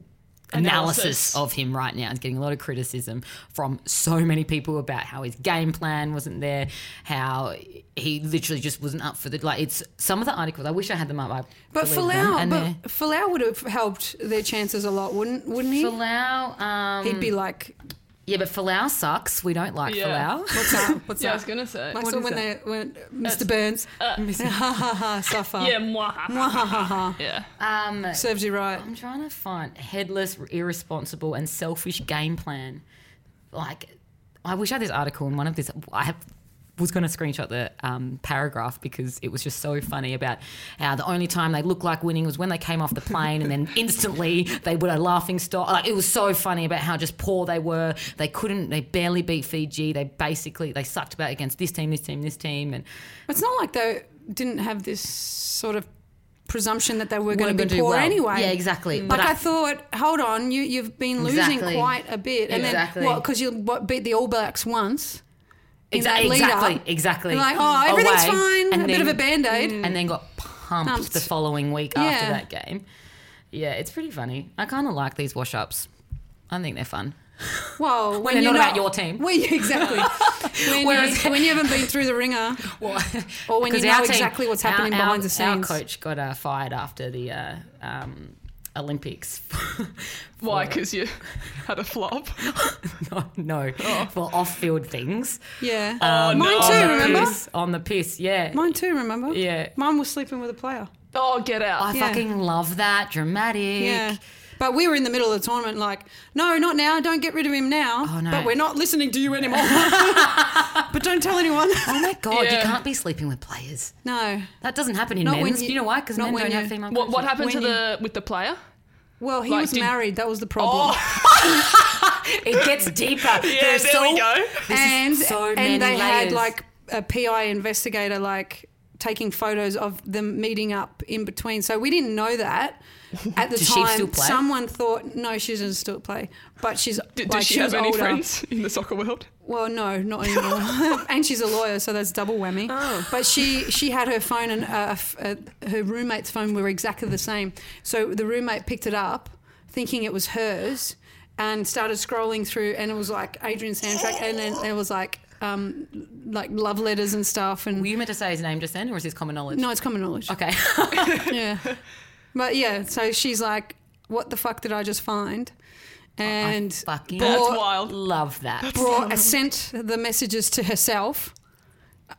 [SPEAKER 1] analysis.
[SPEAKER 2] Analysis.
[SPEAKER 1] of him right now. He's getting a lot of criticism from so many people about how his game plan wasn't there, how he literally just wasn't up for the like. It's some of the articles. I wish I had them up. I
[SPEAKER 3] But
[SPEAKER 1] deleted them,
[SPEAKER 3] Falau,
[SPEAKER 1] and they're-
[SPEAKER 3] but Falau would have helped their chances a lot, wouldn't wouldn't he?
[SPEAKER 1] Falau, um,
[SPEAKER 3] He'd be like,
[SPEAKER 1] yeah, but Falau sucks. We don't like
[SPEAKER 2] Yeah.
[SPEAKER 1] Falau.
[SPEAKER 3] "What's up? What's
[SPEAKER 2] Yeah, I
[SPEAKER 3] up?"
[SPEAKER 2] was gonna say.
[SPEAKER 3] Like so
[SPEAKER 1] is uh.
[SPEAKER 3] when they when Mr. Burns, ha ha ha, suffer.
[SPEAKER 2] Yeah, mwah.
[SPEAKER 3] Ha ha ha.
[SPEAKER 2] Yeah.
[SPEAKER 1] Um,
[SPEAKER 3] Serves you right.
[SPEAKER 1] I'm trying to find headless, irresponsible, and selfish game plan. Like, I wish I had this article in one of this. I have, was going to screenshot the um, paragraph because it was just so funny about how the only time they looked like winning was when they came off the plane and then instantly they were a laughing stock. Like, it was so funny about how just poor they were. They couldn't, they barely beat Fiji. They basically, they sucked about against this team, this team, this team. And
[SPEAKER 3] It's not like they didn't have this sort of presumption that they were
[SPEAKER 1] weren't
[SPEAKER 3] going to
[SPEAKER 1] gonna
[SPEAKER 3] be
[SPEAKER 1] do
[SPEAKER 3] poor
[SPEAKER 1] well.
[SPEAKER 3] anyway.
[SPEAKER 1] Yeah, exactly.
[SPEAKER 3] Like I, thought, hold on, you you've been losing
[SPEAKER 1] Exactly.
[SPEAKER 3] quite a bit, and
[SPEAKER 1] Exactly.
[SPEAKER 3] then what? Because you what, beat the All Blacks once. in that
[SPEAKER 1] Exactly,
[SPEAKER 3] lead up.
[SPEAKER 1] exactly, exactly.
[SPEAKER 3] And like, oh, everything's
[SPEAKER 1] Away,
[SPEAKER 3] fine.
[SPEAKER 1] and
[SPEAKER 3] a bit
[SPEAKER 1] then- Mm.
[SPEAKER 3] of a band aid.
[SPEAKER 1] and then got pumped,
[SPEAKER 3] Mm. Pumped.
[SPEAKER 1] the following week after
[SPEAKER 3] Yeah.
[SPEAKER 1] that game. Yeah, it's pretty funny. I kind of like these wash ups. I think they're fun.
[SPEAKER 3] Well, when,
[SPEAKER 1] they're
[SPEAKER 3] you're
[SPEAKER 1] not about your team.
[SPEAKER 3] Well, yeah, exactly. when,
[SPEAKER 1] Whereas-
[SPEAKER 3] you, when you haven't been through the ringer, or when you
[SPEAKER 1] 'Cause
[SPEAKER 3] know
[SPEAKER 1] our team-
[SPEAKER 3] exactly what's happening
[SPEAKER 1] our,
[SPEAKER 3] behind
[SPEAKER 1] our,
[SPEAKER 3] the scenes.
[SPEAKER 1] Our coach got uh, fired after the uh, um, Olympics.
[SPEAKER 2] Why? Because you had a flop.
[SPEAKER 1] no, no for off-field things.
[SPEAKER 3] Oh. Yeah. Oh,
[SPEAKER 1] Um,
[SPEAKER 3] Mine
[SPEAKER 1] on
[SPEAKER 3] too,
[SPEAKER 1] the
[SPEAKER 3] remember?
[SPEAKER 1] Piss, on the piss, yeah.
[SPEAKER 3] Mine too, remember?
[SPEAKER 1] Yeah.
[SPEAKER 3] Mine was sleeping with a player.
[SPEAKER 2] Oh, get out.
[SPEAKER 1] I
[SPEAKER 3] Yeah.
[SPEAKER 1] fucking love that. Dramatic.
[SPEAKER 3] Yeah. But we were in the middle of the tournament, like, no, not now. Don't get rid of him now.
[SPEAKER 1] Oh, no.
[SPEAKER 3] But we're not listening to you anymore. but don't tell anyone.
[SPEAKER 1] Oh my god, you
[SPEAKER 2] Yeah.
[SPEAKER 1] can't be sleeping with players.
[SPEAKER 3] No.
[SPEAKER 1] That doesn't happen in
[SPEAKER 3] Not when
[SPEAKER 1] men's.
[SPEAKER 3] you-
[SPEAKER 1] You, know why? Because
[SPEAKER 3] not
[SPEAKER 1] men
[SPEAKER 3] when
[SPEAKER 1] don't
[SPEAKER 3] you-
[SPEAKER 1] have female.
[SPEAKER 2] What, what
[SPEAKER 1] coaches.
[SPEAKER 2] happened to
[SPEAKER 3] Winning.
[SPEAKER 2] the with the player?
[SPEAKER 3] Well, he
[SPEAKER 2] Like,
[SPEAKER 3] was
[SPEAKER 2] did-
[SPEAKER 3] married. That was the problem.
[SPEAKER 1] It gets deeper. Oh, yeah,
[SPEAKER 3] and
[SPEAKER 1] so
[SPEAKER 3] and
[SPEAKER 1] many
[SPEAKER 3] they had
[SPEAKER 1] layers.
[SPEAKER 3] like a PI investigator like taking photos of them meeting up in between. So we didn't know that at the
[SPEAKER 1] Does she
[SPEAKER 3] time.
[SPEAKER 1] still play?
[SPEAKER 3] Someone thought no, she doesn't still play, but she's
[SPEAKER 2] Did,
[SPEAKER 3] like,
[SPEAKER 2] does she,
[SPEAKER 3] she
[SPEAKER 2] have
[SPEAKER 3] was
[SPEAKER 2] any
[SPEAKER 3] older.
[SPEAKER 2] friends in the soccer world?
[SPEAKER 3] Well, no, not anymore. and she's a lawyer, so that's double whammy. But she she had her phone and uh, f- uh, her roommate's phone were exactly the same. So the roommate picked it up, thinking it was hers, and started scrolling through, and it was like Adrian soundtrack, and then it was like. um, like love letters and stuff. And
[SPEAKER 1] Were you meant to say his name just then, or is this common knowledge?
[SPEAKER 3] no, it's common knowledge.
[SPEAKER 1] Okay.
[SPEAKER 3] Yeah. But yeah, so she's like, what the fuck did I just find? And
[SPEAKER 1] Fucking
[SPEAKER 2] That's
[SPEAKER 3] Brought-
[SPEAKER 2] wild.
[SPEAKER 1] love that.
[SPEAKER 3] brought uh, sent the messages to herself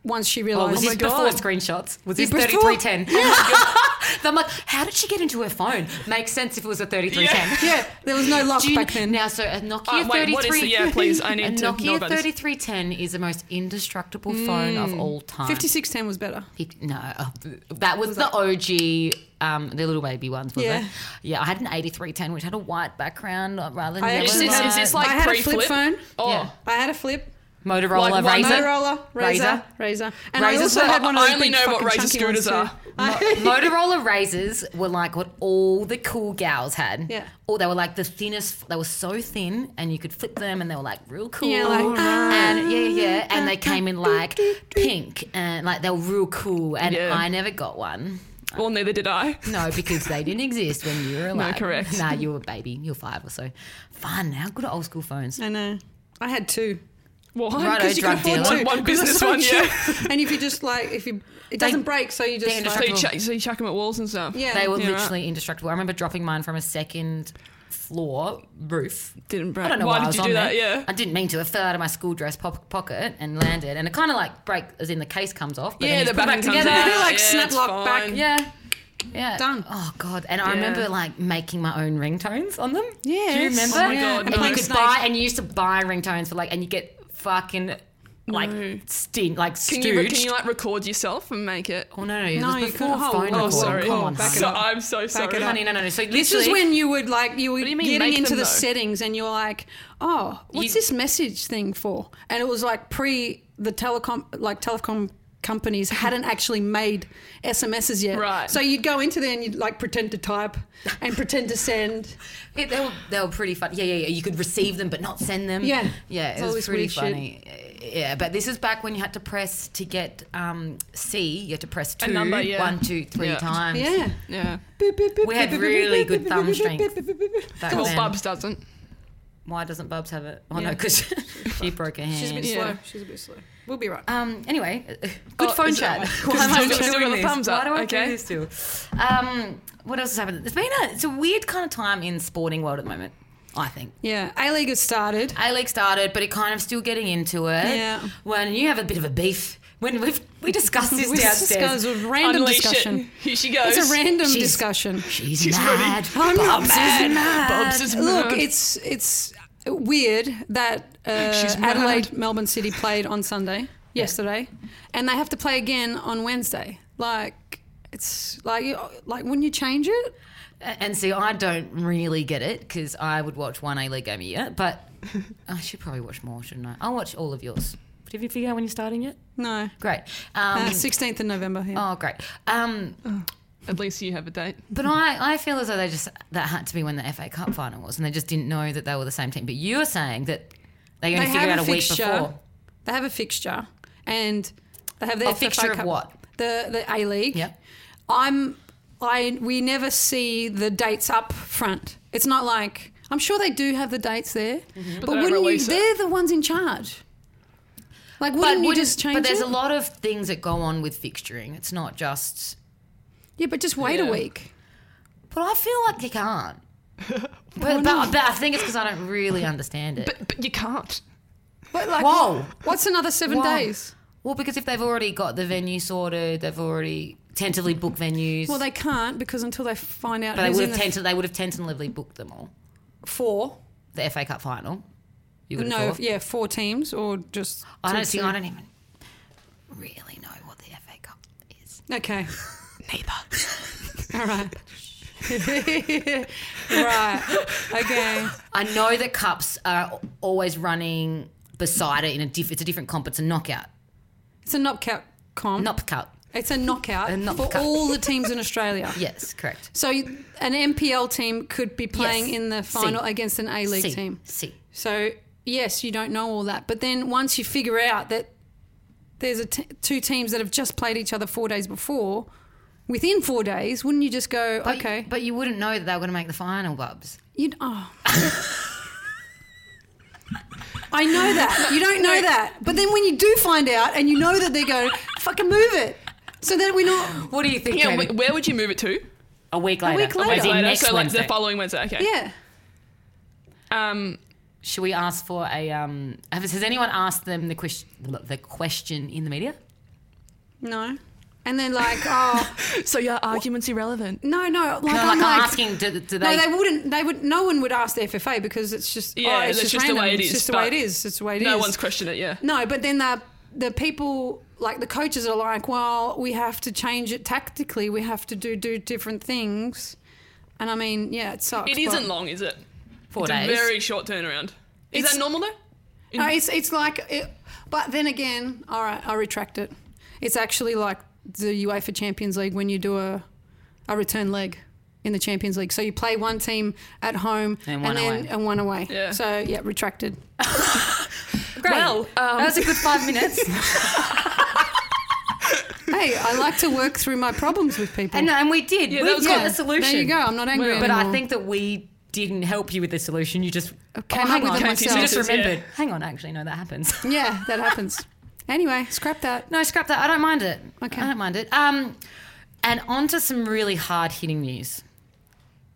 [SPEAKER 3] once she
[SPEAKER 1] Oh, was
[SPEAKER 3] realized
[SPEAKER 1] this
[SPEAKER 2] my
[SPEAKER 1] before
[SPEAKER 2] God. Oh
[SPEAKER 1] screenshots? Was
[SPEAKER 3] Yeah,
[SPEAKER 1] this
[SPEAKER 3] before-
[SPEAKER 1] 3310? I'm like, how did she get into her phone? Makes sense if it was a 3310.
[SPEAKER 3] yeah, there was no lock
[SPEAKER 1] Do you-
[SPEAKER 3] back then.
[SPEAKER 1] Now, so a Nokia
[SPEAKER 2] Uh,
[SPEAKER 1] 33...
[SPEAKER 2] wait, what is it? Yeah, please, I
[SPEAKER 1] a
[SPEAKER 2] need to know
[SPEAKER 1] Nokia
[SPEAKER 2] about this. Hmm.
[SPEAKER 1] 3310 is the most indestructible phone of all time.
[SPEAKER 3] 5610 was better.
[SPEAKER 1] Pic- No, oh, that was, the OG, um, the little baby ones, was
[SPEAKER 3] Yeah.
[SPEAKER 1] it? Yeah, I had an 8310, which had a white background uh, rather than
[SPEAKER 3] I
[SPEAKER 1] yellow
[SPEAKER 2] Is
[SPEAKER 3] actually
[SPEAKER 2] this,
[SPEAKER 1] light.
[SPEAKER 2] is this like
[SPEAKER 3] I had a
[SPEAKER 2] pre
[SPEAKER 3] flip
[SPEAKER 2] flip
[SPEAKER 3] phone.
[SPEAKER 2] Oh,
[SPEAKER 1] Yeah.
[SPEAKER 3] I had a flip.
[SPEAKER 1] Motorola
[SPEAKER 2] like one-
[SPEAKER 1] Razor.
[SPEAKER 3] Motorola, Razor, Razor. And I
[SPEAKER 1] Razors
[SPEAKER 3] also
[SPEAKER 1] are-
[SPEAKER 3] had one of
[SPEAKER 2] I
[SPEAKER 3] those
[SPEAKER 2] only
[SPEAKER 3] big
[SPEAKER 2] know what
[SPEAKER 3] fucking
[SPEAKER 2] Razor
[SPEAKER 3] chunky ones
[SPEAKER 2] scooters are.
[SPEAKER 3] too.
[SPEAKER 1] Motorola razors were like what all the cool gals had.
[SPEAKER 3] Yeah.
[SPEAKER 1] Or they were like the thinnest. They were so thin, and you could flip them, and they were like real cool.
[SPEAKER 3] Yeah, like, ah, Alright.
[SPEAKER 1] and yeah, yeah, yeah. And they came in like pink, and like they were real cool. And
[SPEAKER 2] Yeah.
[SPEAKER 1] I never got one.
[SPEAKER 2] Well, neither did I.
[SPEAKER 1] No, because they didn't exist when you were alive.
[SPEAKER 2] correct.
[SPEAKER 1] Nah, you were a baby. You're five or so. Fun. How good are old school phones?
[SPEAKER 3] I know. I had two.
[SPEAKER 2] Why?
[SPEAKER 1] Righto,
[SPEAKER 2] Because you can
[SPEAKER 1] drug
[SPEAKER 2] afford
[SPEAKER 1] dealer.
[SPEAKER 2] one, one
[SPEAKER 3] Because they're
[SPEAKER 2] business
[SPEAKER 3] so
[SPEAKER 2] one, yeah.
[SPEAKER 3] cheap. and if you just like, if you, it doesn't break, so you just
[SPEAKER 1] they're
[SPEAKER 2] So
[SPEAKER 3] like,
[SPEAKER 2] you, chuck, so you chuck them at walls and stuff.
[SPEAKER 3] yeah.
[SPEAKER 1] They were
[SPEAKER 2] Yeah, right.
[SPEAKER 1] literally indestructible. I remember dropping mine from a second floor roof
[SPEAKER 2] Didn't break.
[SPEAKER 1] I don't know why,
[SPEAKER 2] Why
[SPEAKER 1] I
[SPEAKER 2] did
[SPEAKER 1] was
[SPEAKER 2] you
[SPEAKER 1] on
[SPEAKER 2] do that?
[SPEAKER 1] there.
[SPEAKER 2] Yeah.
[SPEAKER 1] I didn't mean to. It fell out of my school dress po- pocket and landed, and it kind of like break, as in the case comes off. But
[SPEAKER 2] yeah,
[SPEAKER 1] then you
[SPEAKER 2] the
[SPEAKER 1] put it
[SPEAKER 2] back
[SPEAKER 1] back
[SPEAKER 2] comes
[SPEAKER 1] together.
[SPEAKER 2] out.
[SPEAKER 3] They're like
[SPEAKER 2] yeah,
[SPEAKER 3] snap
[SPEAKER 2] it's
[SPEAKER 3] lock back.
[SPEAKER 2] fine.
[SPEAKER 1] Yeah, yeah,
[SPEAKER 3] Done.
[SPEAKER 1] Oh god, and I
[SPEAKER 2] Yeah.
[SPEAKER 1] remember like making my own ringtones on them. do you
[SPEAKER 3] Yes.
[SPEAKER 1] remember?
[SPEAKER 2] Oh my God,
[SPEAKER 1] and
[SPEAKER 2] no.
[SPEAKER 1] you could
[SPEAKER 3] Snake.
[SPEAKER 1] buy, and you used to buy ringtones for like, and you get fucking like
[SPEAKER 2] No.
[SPEAKER 1] stint, like
[SPEAKER 2] Can
[SPEAKER 1] stooged.
[SPEAKER 2] you, re- can you like record yourself and make it?
[SPEAKER 1] oh no, no, it
[SPEAKER 3] No,
[SPEAKER 1] was
[SPEAKER 3] you
[SPEAKER 1] before
[SPEAKER 3] couldn't- oh,
[SPEAKER 1] phone
[SPEAKER 3] oh,
[SPEAKER 1] recording.
[SPEAKER 2] sorry.
[SPEAKER 1] Come
[SPEAKER 3] Oh,
[SPEAKER 1] on,
[SPEAKER 3] back
[SPEAKER 1] honey.
[SPEAKER 3] it
[SPEAKER 2] So
[SPEAKER 3] up.
[SPEAKER 2] I'm so sorry.
[SPEAKER 3] it up.
[SPEAKER 1] honey, no, no, no. So
[SPEAKER 3] This is
[SPEAKER 1] literally-
[SPEAKER 3] when you would like you were
[SPEAKER 2] do you mean
[SPEAKER 3] getting
[SPEAKER 2] make
[SPEAKER 3] into
[SPEAKER 2] them,
[SPEAKER 3] the
[SPEAKER 2] though?
[SPEAKER 3] settings and you're like, oh, what's
[SPEAKER 1] You-
[SPEAKER 3] this message thing for? And it was like pre the telecom like telecom companies hadn't actually made SMSs yet.
[SPEAKER 2] Right.
[SPEAKER 3] So you'd go into there and you'd like pretend to type and pretend to send.
[SPEAKER 1] Yeah, they were they were pretty fun. Yeah, yeah, yeah. You could receive them but not send them.
[SPEAKER 3] Yeah.
[SPEAKER 1] yeah.
[SPEAKER 3] It's
[SPEAKER 1] It
[SPEAKER 3] all
[SPEAKER 1] was
[SPEAKER 3] this
[SPEAKER 1] pretty
[SPEAKER 3] weird shit.
[SPEAKER 1] funny. Yeah, but this is back when you had to press to get um, C. You had to press two,
[SPEAKER 2] number, yeah.
[SPEAKER 1] one, two, three
[SPEAKER 2] Yeah.
[SPEAKER 1] times.
[SPEAKER 3] Yeah.
[SPEAKER 2] Yeah.
[SPEAKER 1] We had really good thumb strength. Back
[SPEAKER 2] Well,
[SPEAKER 1] then.
[SPEAKER 2] Bubs doesn't.
[SPEAKER 1] Why doesn't Bubs have it? Oh no,
[SPEAKER 3] Yeah.
[SPEAKER 1] because she broke her hand.
[SPEAKER 3] She's a bit
[SPEAKER 2] Yeah.
[SPEAKER 3] slow. She's a bit slow. We'll be right.
[SPEAKER 1] Um. Anyway, good
[SPEAKER 2] Oh,
[SPEAKER 1] phone
[SPEAKER 2] is that
[SPEAKER 1] chat.
[SPEAKER 2] one? 'Cause it's doing- doing the
[SPEAKER 1] this?
[SPEAKER 2] thumbs up,
[SPEAKER 1] Why do I
[SPEAKER 2] okay.
[SPEAKER 1] do this too? Um. What else has happened? It's been a it's a weird kind of time in sporting world at the moment. I think.
[SPEAKER 3] Yeah. A League has started.
[SPEAKER 1] A League started, but it kind of still getting into it.
[SPEAKER 3] Yeah.
[SPEAKER 1] When you have a bit of a beef, when we've we discussed this
[SPEAKER 3] We
[SPEAKER 1] downstairs.
[SPEAKER 3] discussed a random
[SPEAKER 2] Unleash
[SPEAKER 3] discussion.
[SPEAKER 2] it. Here she goes.
[SPEAKER 3] It's a random
[SPEAKER 1] She's-
[SPEAKER 3] discussion.
[SPEAKER 1] She's,
[SPEAKER 2] She's
[SPEAKER 1] mad.
[SPEAKER 3] I'm not
[SPEAKER 1] Bob's
[SPEAKER 3] mad.
[SPEAKER 1] Is mad.
[SPEAKER 2] Bubs is
[SPEAKER 3] Look,
[SPEAKER 2] mad.
[SPEAKER 3] it's it's weird that uh,
[SPEAKER 2] She's mad.
[SPEAKER 3] Adelaide Melbourne City played on Sunday yesterday, and they have to play again on Wednesday. Like it's like you- like wouldn't you change it?
[SPEAKER 1] And see, I don't really get it because I would watch one A League game a year, but I should probably watch more, shouldn't I? I'll watch all of yours. But have you figured out when you're starting it?
[SPEAKER 3] No, Uh,
[SPEAKER 1] Great. Um,
[SPEAKER 3] sixteenth of November. Yeah.
[SPEAKER 1] oh, great. Um,
[SPEAKER 2] At least you have a date.
[SPEAKER 1] But I, I feel as though they just that had to be when the FA Cup final was, and they just didn't know that they were the same team. But you're saying that they only
[SPEAKER 3] They
[SPEAKER 1] figured
[SPEAKER 3] have
[SPEAKER 1] out a
[SPEAKER 3] a
[SPEAKER 1] week
[SPEAKER 3] fixture.
[SPEAKER 1] before.
[SPEAKER 3] They have a fixture, and they have the
[SPEAKER 1] A
[SPEAKER 3] FFA
[SPEAKER 1] fixture of
[SPEAKER 3] Cup-
[SPEAKER 1] what?
[SPEAKER 3] The the A League.
[SPEAKER 1] Yep.
[SPEAKER 3] I'm I we never see the dates up front. It's not like I'm sure they do have the dates there, but,
[SPEAKER 1] Mm-hmm.
[SPEAKER 2] they don't
[SPEAKER 3] wouldn't you?
[SPEAKER 2] release it.
[SPEAKER 3] They're the ones in charge. Like, wouldn't you just change
[SPEAKER 1] But there's
[SPEAKER 3] it?
[SPEAKER 1] a lot of things that go on with fixturing. It's not just.
[SPEAKER 3] yeah, but just wait
[SPEAKER 2] Yeah.
[SPEAKER 3] a week.
[SPEAKER 1] But I feel like you can't. but, but, but I think it's because I don't really understand it.
[SPEAKER 2] But, but you can't.
[SPEAKER 3] But like,
[SPEAKER 1] Whoa.
[SPEAKER 3] what's another seven
[SPEAKER 1] Whoa.
[SPEAKER 3] days?
[SPEAKER 1] Well, because if they've already got the venue sorted, they've already tentatively booked venues.
[SPEAKER 3] Well, they can't because until they find out
[SPEAKER 1] but they
[SPEAKER 3] who's
[SPEAKER 1] would
[SPEAKER 3] in
[SPEAKER 1] have
[SPEAKER 3] the
[SPEAKER 1] tenta- they would have tentatively booked them all.
[SPEAKER 3] four.
[SPEAKER 1] The FA Cup final. You would have
[SPEAKER 3] No,
[SPEAKER 1] thought.
[SPEAKER 3] yeah, four teams or just.
[SPEAKER 1] I
[SPEAKER 3] two
[SPEAKER 1] don't see.
[SPEAKER 3] teams.
[SPEAKER 1] I don't even really know what the FA Cup is.
[SPEAKER 3] Okay.
[SPEAKER 1] Neither.
[SPEAKER 3] All right. right. Okay.
[SPEAKER 1] I know that cups are always running beside it in a diff- it's a different comp. It's a knockout,
[SPEAKER 3] It's a knockout comp.
[SPEAKER 1] not cup.
[SPEAKER 3] It's a knockout,
[SPEAKER 1] A knockout.
[SPEAKER 3] for all the teams in Australia.
[SPEAKER 1] Yes, correct.
[SPEAKER 3] So you- an NPL team could be playing
[SPEAKER 1] Yes.
[SPEAKER 3] in the final
[SPEAKER 1] See.
[SPEAKER 3] against an A League
[SPEAKER 1] C,
[SPEAKER 3] team.
[SPEAKER 1] C.
[SPEAKER 3] So yes, you don't know all that, but then once you figure out that there's a t- two teams that have just played each other four days before, within four days, wouldn't you just go,
[SPEAKER 1] But-
[SPEAKER 3] okay,
[SPEAKER 1] but you wouldn't
[SPEAKER 3] oh.
[SPEAKER 1] know that they were going to make the final, Bubs.
[SPEAKER 3] you oh, I know that. You don't know that. But then when you do find out and you know that they go, fucking move it. So that we're not.
[SPEAKER 1] What do you think?
[SPEAKER 2] Yeah,
[SPEAKER 1] Katie?
[SPEAKER 2] wh- where would you move it to?
[SPEAKER 1] a week later.
[SPEAKER 3] week later.
[SPEAKER 1] As in
[SPEAKER 2] Later,
[SPEAKER 1] next
[SPEAKER 2] so like
[SPEAKER 1] Wednesday.
[SPEAKER 2] the following Wednesday. Okay.
[SPEAKER 3] Yeah.
[SPEAKER 2] Um,
[SPEAKER 1] Should we ask for a? Um, has, has anyone asked them the question? The question in the media?
[SPEAKER 3] No. And they're like, oh,
[SPEAKER 2] so your argument's irrelevant.
[SPEAKER 3] no, no. Like,
[SPEAKER 1] No, like
[SPEAKER 3] I'm
[SPEAKER 1] I'm
[SPEAKER 3] like,
[SPEAKER 1] asking. Do, do
[SPEAKER 3] No,
[SPEAKER 1] they?
[SPEAKER 3] they wouldn't. They would. No one would ask the FFA because it's just.
[SPEAKER 2] Yeah,
[SPEAKER 3] oh, it's,
[SPEAKER 2] that's
[SPEAKER 3] just, random. the way it is. It's just the way
[SPEAKER 2] but
[SPEAKER 3] it is. It's the way it is.
[SPEAKER 2] No one's questioned it. Yeah.
[SPEAKER 3] No, but then the the people like the coaches are like, well, we have to change it tactically. We have to do do different things. And I mean, yeah, it sucks.
[SPEAKER 2] It
[SPEAKER 3] but-
[SPEAKER 2] isn't long, is it?
[SPEAKER 1] four
[SPEAKER 2] It's
[SPEAKER 1] days.
[SPEAKER 2] a very short turnaround. Is
[SPEAKER 3] It's-
[SPEAKER 2] that normal though?
[SPEAKER 3] No, it's it's like, it, but then again, all right, I retract it. It's actually like the UEFA Champions League when you do a a return leg in the Champions League. So you play one team at home
[SPEAKER 1] And one
[SPEAKER 3] then
[SPEAKER 1] away.
[SPEAKER 3] and one away.
[SPEAKER 2] Yeah.
[SPEAKER 3] So yeah, retracted.
[SPEAKER 1] Great.
[SPEAKER 2] Well, um,
[SPEAKER 1] that was a good five minutes.
[SPEAKER 3] hey, I like to work through my problems with people.
[SPEAKER 1] and, and we did.
[SPEAKER 2] Yeah, that
[SPEAKER 1] We've
[SPEAKER 2] was
[SPEAKER 1] got
[SPEAKER 2] good.
[SPEAKER 1] a solution.
[SPEAKER 3] There you go. I'm not angry
[SPEAKER 2] Well,
[SPEAKER 1] But I
[SPEAKER 3] anymore. Oh,
[SPEAKER 1] think that we didn't help you with the solution. You just oh,
[SPEAKER 3] Came up
[SPEAKER 1] hang
[SPEAKER 3] with
[SPEAKER 1] on.
[SPEAKER 3] it myself.
[SPEAKER 1] You just
[SPEAKER 2] Yeah.
[SPEAKER 1] remembered. Hang on. Actually, no, that happens.
[SPEAKER 3] Yeah, that happens. anyway, scrap that.
[SPEAKER 1] No, scrap that. I don't mind it.
[SPEAKER 3] Okay.
[SPEAKER 1] I don't mind it. Um, and on to some really hard hitting news.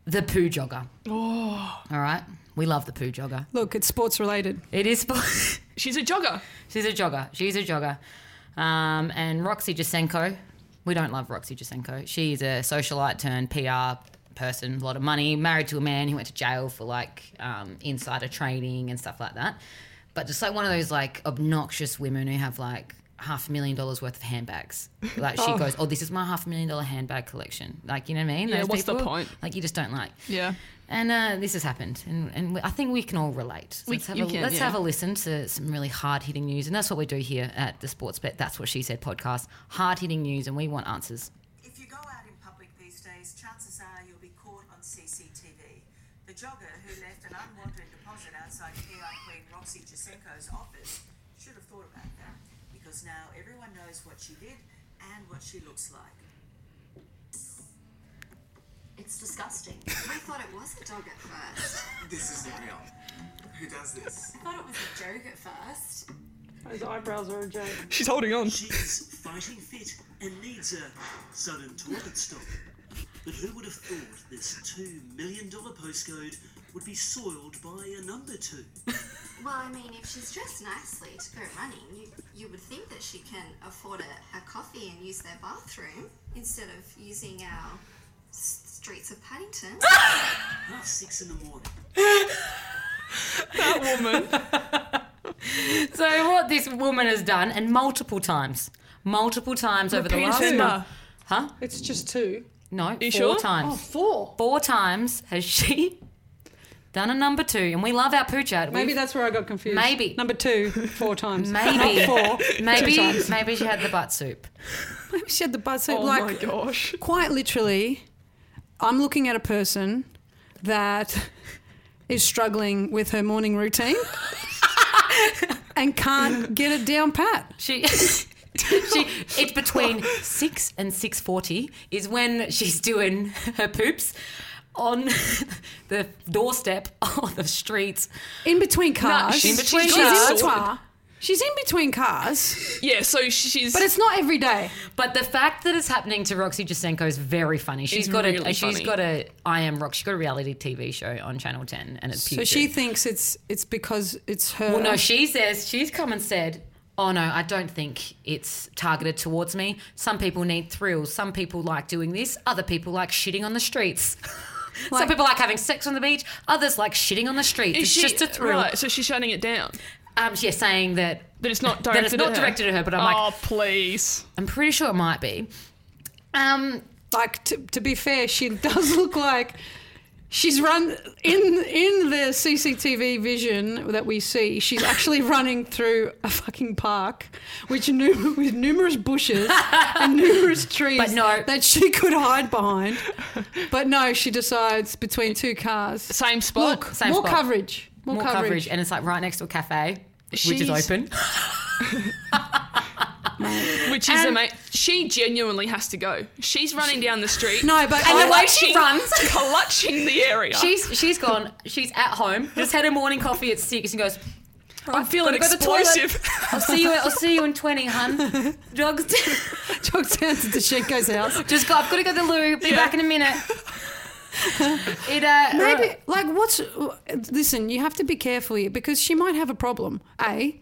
[SPEAKER 1] The poo jogger.
[SPEAKER 2] Oh.
[SPEAKER 1] All right. We love the poo jogger.
[SPEAKER 3] Look, it's sports related.
[SPEAKER 1] It is. spo-
[SPEAKER 2] She's a jogger.
[SPEAKER 1] She's a jogger. She's a jogger. Um, and Roxy Jasenko. We don't love Roxy Jasenko. She is a socialite turned PR person, a lot of money, married to a man who went to jail for like um, insider trading and stuff like that. But just like one of those like obnoxious women who have like half a million dollars worth of handbags. Like she goes, "Oh, this is my half a million dollar handbag collection." Like you know what I mean?
[SPEAKER 2] Yeah, what's the point?
[SPEAKER 1] Like you just don't like.
[SPEAKER 2] Yeah.
[SPEAKER 1] And uh, this has happened, and, and we- I think we can all relate. So
[SPEAKER 2] We-
[SPEAKER 1] let's have, a,
[SPEAKER 2] you can,
[SPEAKER 1] let's
[SPEAKER 2] yeah.
[SPEAKER 1] have a listen to some really hard hitting news, and that's what we do here at the Sports Bet. That's what she said podcast. Hard hitting news, and we want answers.
[SPEAKER 4] If you go out in public these days, chances are you'll be caught on CCTV. The jogger who left an unwanted deposit outside PR Queen Roxy Jasenko's office should have thought about that, because now everyone knows what she did and what she looks like.
[SPEAKER 5] It's disgusting. We thought it was a dog at first.
[SPEAKER 6] This isn't real. Who does this?
[SPEAKER 5] I thought it was a joke at first.
[SPEAKER 3] His eyebrows are a joke.
[SPEAKER 2] She's holding on.
[SPEAKER 7] She's fighting fit and needs a sudden toilet stop. But who would have thought this two million dollar postcode would be soiled by a number two?
[SPEAKER 5] Well, I mean, if she's dressed nicely to go running, you, you would think that she can afford a, a coffee and use their bathroom instead of using our s- streets of Paddington.
[SPEAKER 7] Half six in the morning.
[SPEAKER 2] That woman.
[SPEAKER 1] So what this woman has done, and multiple times, multiple times over the last
[SPEAKER 2] Repeated.
[SPEAKER 1] month, huh?
[SPEAKER 3] It's just two.
[SPEAKER 1] No, four
[SPEAKER 2] You sure? Oh.
[SPEAKER 1] times.
[SPEAKER 3] Four.
[SPEAKER 1] Four times has she done a number two, and we love our poo chat.
[SPEAKER 3] Maybe
[SPEAKER 1] We've-
[SPEAKER 3] that's where I got confused.
[SPEAKER 1] Maybe.
[SPEAKER 3] Number two, four times.
[SPEAKER 1] Maybe.
[SPEAKER 3] Not four.
[SPEAKER 1] maybe,
[SPEAKER 3] two times.
[SPEAKER 1] maybe she had the butt soup.
[SPEAKER 3] Maybe she had the buzz.
[SPEAKER 2] oh
[SPEAKER 3] like,
[SPEAKER 2] my gosh.
[SPEAKER 3] quite literally, I'm looking at a person that is struggling with her morning routine and can't get it down pat.
[SPEAKER 1] She, she, it's between six and six forty is when she's doing her poops on the doorstep or the streets.
[SPEAKER 3] In between cars.
[SPEAKER 2] she's-
[SPEAKER 1] In between
[SPEAKER 3] she's
[SPEAKER 1] cars.
[SPEAKER 3] in between. She's in between cars,
[SPEAKER 2] Yeah. So she's.
[SPEAKER 3] but it's not every day.
[SPEAKER 1] But the fact that it's happening to Roxy Jasenko is very funny. She's
[SPEAKER 2] It's
[SPEAKER 1] got a,
[SPEAKER 2] really
[SPEAKER 1] she's
[SPEAKER 2] funny.
[SPEAKER 1] got a I am Rock. She's got a reality TV show on Channel Ten, and it's
[SPEAKER 3] So
[SPEAKER 1] Puget.
[SPEAKER 3] she thinks it's it's because it's her.
[SPEAKER 1] Well, no, she says she's come and said, "Oh no, I don't think it's targeted towards me. Some people need thrills. Some people like doing this. Other people like shitting on the streets. Some
[SPEAKER 3] Like-
[SPEAKER 1] people like having sex on the beach. Others like shitting on the streets.
[SPEAKER 2] Is
[SPEAKER 1] it's
[SPEAKER 2] she-
[SPEAKER 1] just a thrill."
[SPEAKER 2] Right. So she's shutting it down.
[SPEAKER 1] Um, she's saying that
[SPEAKER 2] That it's not
[SPEAKER 1] That
[SPEAKER 2] directed.
[SPEAKER 1] it's not
[SPEAKER 2] at her.
[SPEAKER 1] directed at her, but I'm
[SPEAKER 2] oh
[SPEAKER 1] like-
[SPEAKER 2] please.
[SPEAKER 1] I'm pretty sure it might be. Um,
[SPEAKER 3] like to, to be fair, she does look like she's run in in the CCTV vision that we see. She's actually running through a fucking park, which nu- with numerous bushes and numerous trees
[SPEAKER 1] But no.
[SPEAKER 3] that she could hide behind. But no, she decides between two cars.
[SPEAKER 2] Same spot.
[SPEAKER 3] Look,
[SPEAKER 1] Same
[SPEAKER 3] more
[SPEAKER 1] spot.
[SPEAKER 3] coverage, more,
[SPEAKER 1] more coverage.
[SPEAKER 3] coverage.
[SPEAKER 1] and it's like right next to a cafe, which is
[SPEAKER 2] She's-
[SPEAKER 1] open.
[SPEAKER 2] Which is amazing. She genuinely has to go. She's running down the street.
[SPEAKER 3] No, but
[SPEAKER 1] And
[SPEAKER 3] I,
[SPEAKER 1] the way she
[SPEAKER 2] clutching-
[SPEAKER 1] runs.
[SPEAKER 2] clutching the area.
[SPEAKER 1] She's she's gone. She's at home. Just had her morning coffee at six and goes. I'm
[SPEAKER 2] feeling explosive.
[SPEAKER 1] I'll see you. I'll see you in twenty, hun. Jogs.
[SPEAKER 3] Jogs down to Dashenko's house.
[SPEAKER 1] Just go. I've got to go to the loo. Be back in a minute. it uh,
[SPEAKER 3] Maybe, like, what's. Listen, you have to be careful here because she might have a problem, A.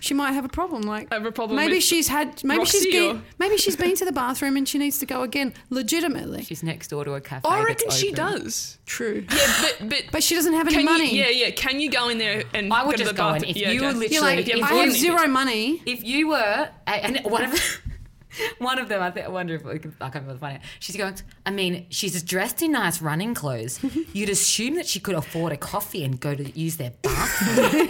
[SPEAKER 3] She might have a problem. Like
[SPEAKER 2] Have a problem
[SPEAKER 3] Maybe
[SPEAKER 2] with
[SPEAKER 3] she's had. Maybe she's
[SPEAKER 2] Roxy
[SPEAKER 3] been.
[SPEAKER 2] or-
[SPEAKER 3] Maybe she's been to the bathroom and she needs to go again. Legitimately.
[SPEAKER 1] She's next door to a cafe.
[SPEAKER 2] I
[SPEAKER 1] that's
[SPEAKER 2] reckon she
[SPEAKER 1] open.
[SPEAKER 2] does.
[SPEAKER 3] True.
[SPEAKER 2] Yeah, but but,
[SPEAKER 3] But she doesn't have any
[SPEAKER 2] can
[SPEAKER 3] money.
[SPEAKER 2] You, yeah, yeah. Can you go in there and
[SPEAKER 1] I would
[SPEAKER 2] go to
[SPEAKER 1] just
[SPEAKER 2] the
[SPEAKER 1] go in.
[SPEAKER 2] bathroom?
[SPEAKER 1] If
[SPEAKER 2] yeah,
[SPEAKER 1] you
[SPEAKER 2] okay.
[SPEAKER 1] literally-
[SPEAKER 3] You're like,
[SPEAKER 1] If you
[SPEAKER 3] I
[SPEAKER 1] want
[SPEAKER 3] have
[SPEAKER 1] it.
[SPEAKER 3] zero money.
[SPEAKER 1] If you were, and one of one of them, I, think, I wonder if we can, I can't remember the funny. She's going. I mean, she's dressed in nice running clothes. You'd assume that she could afford a coffee and go to use their bathroom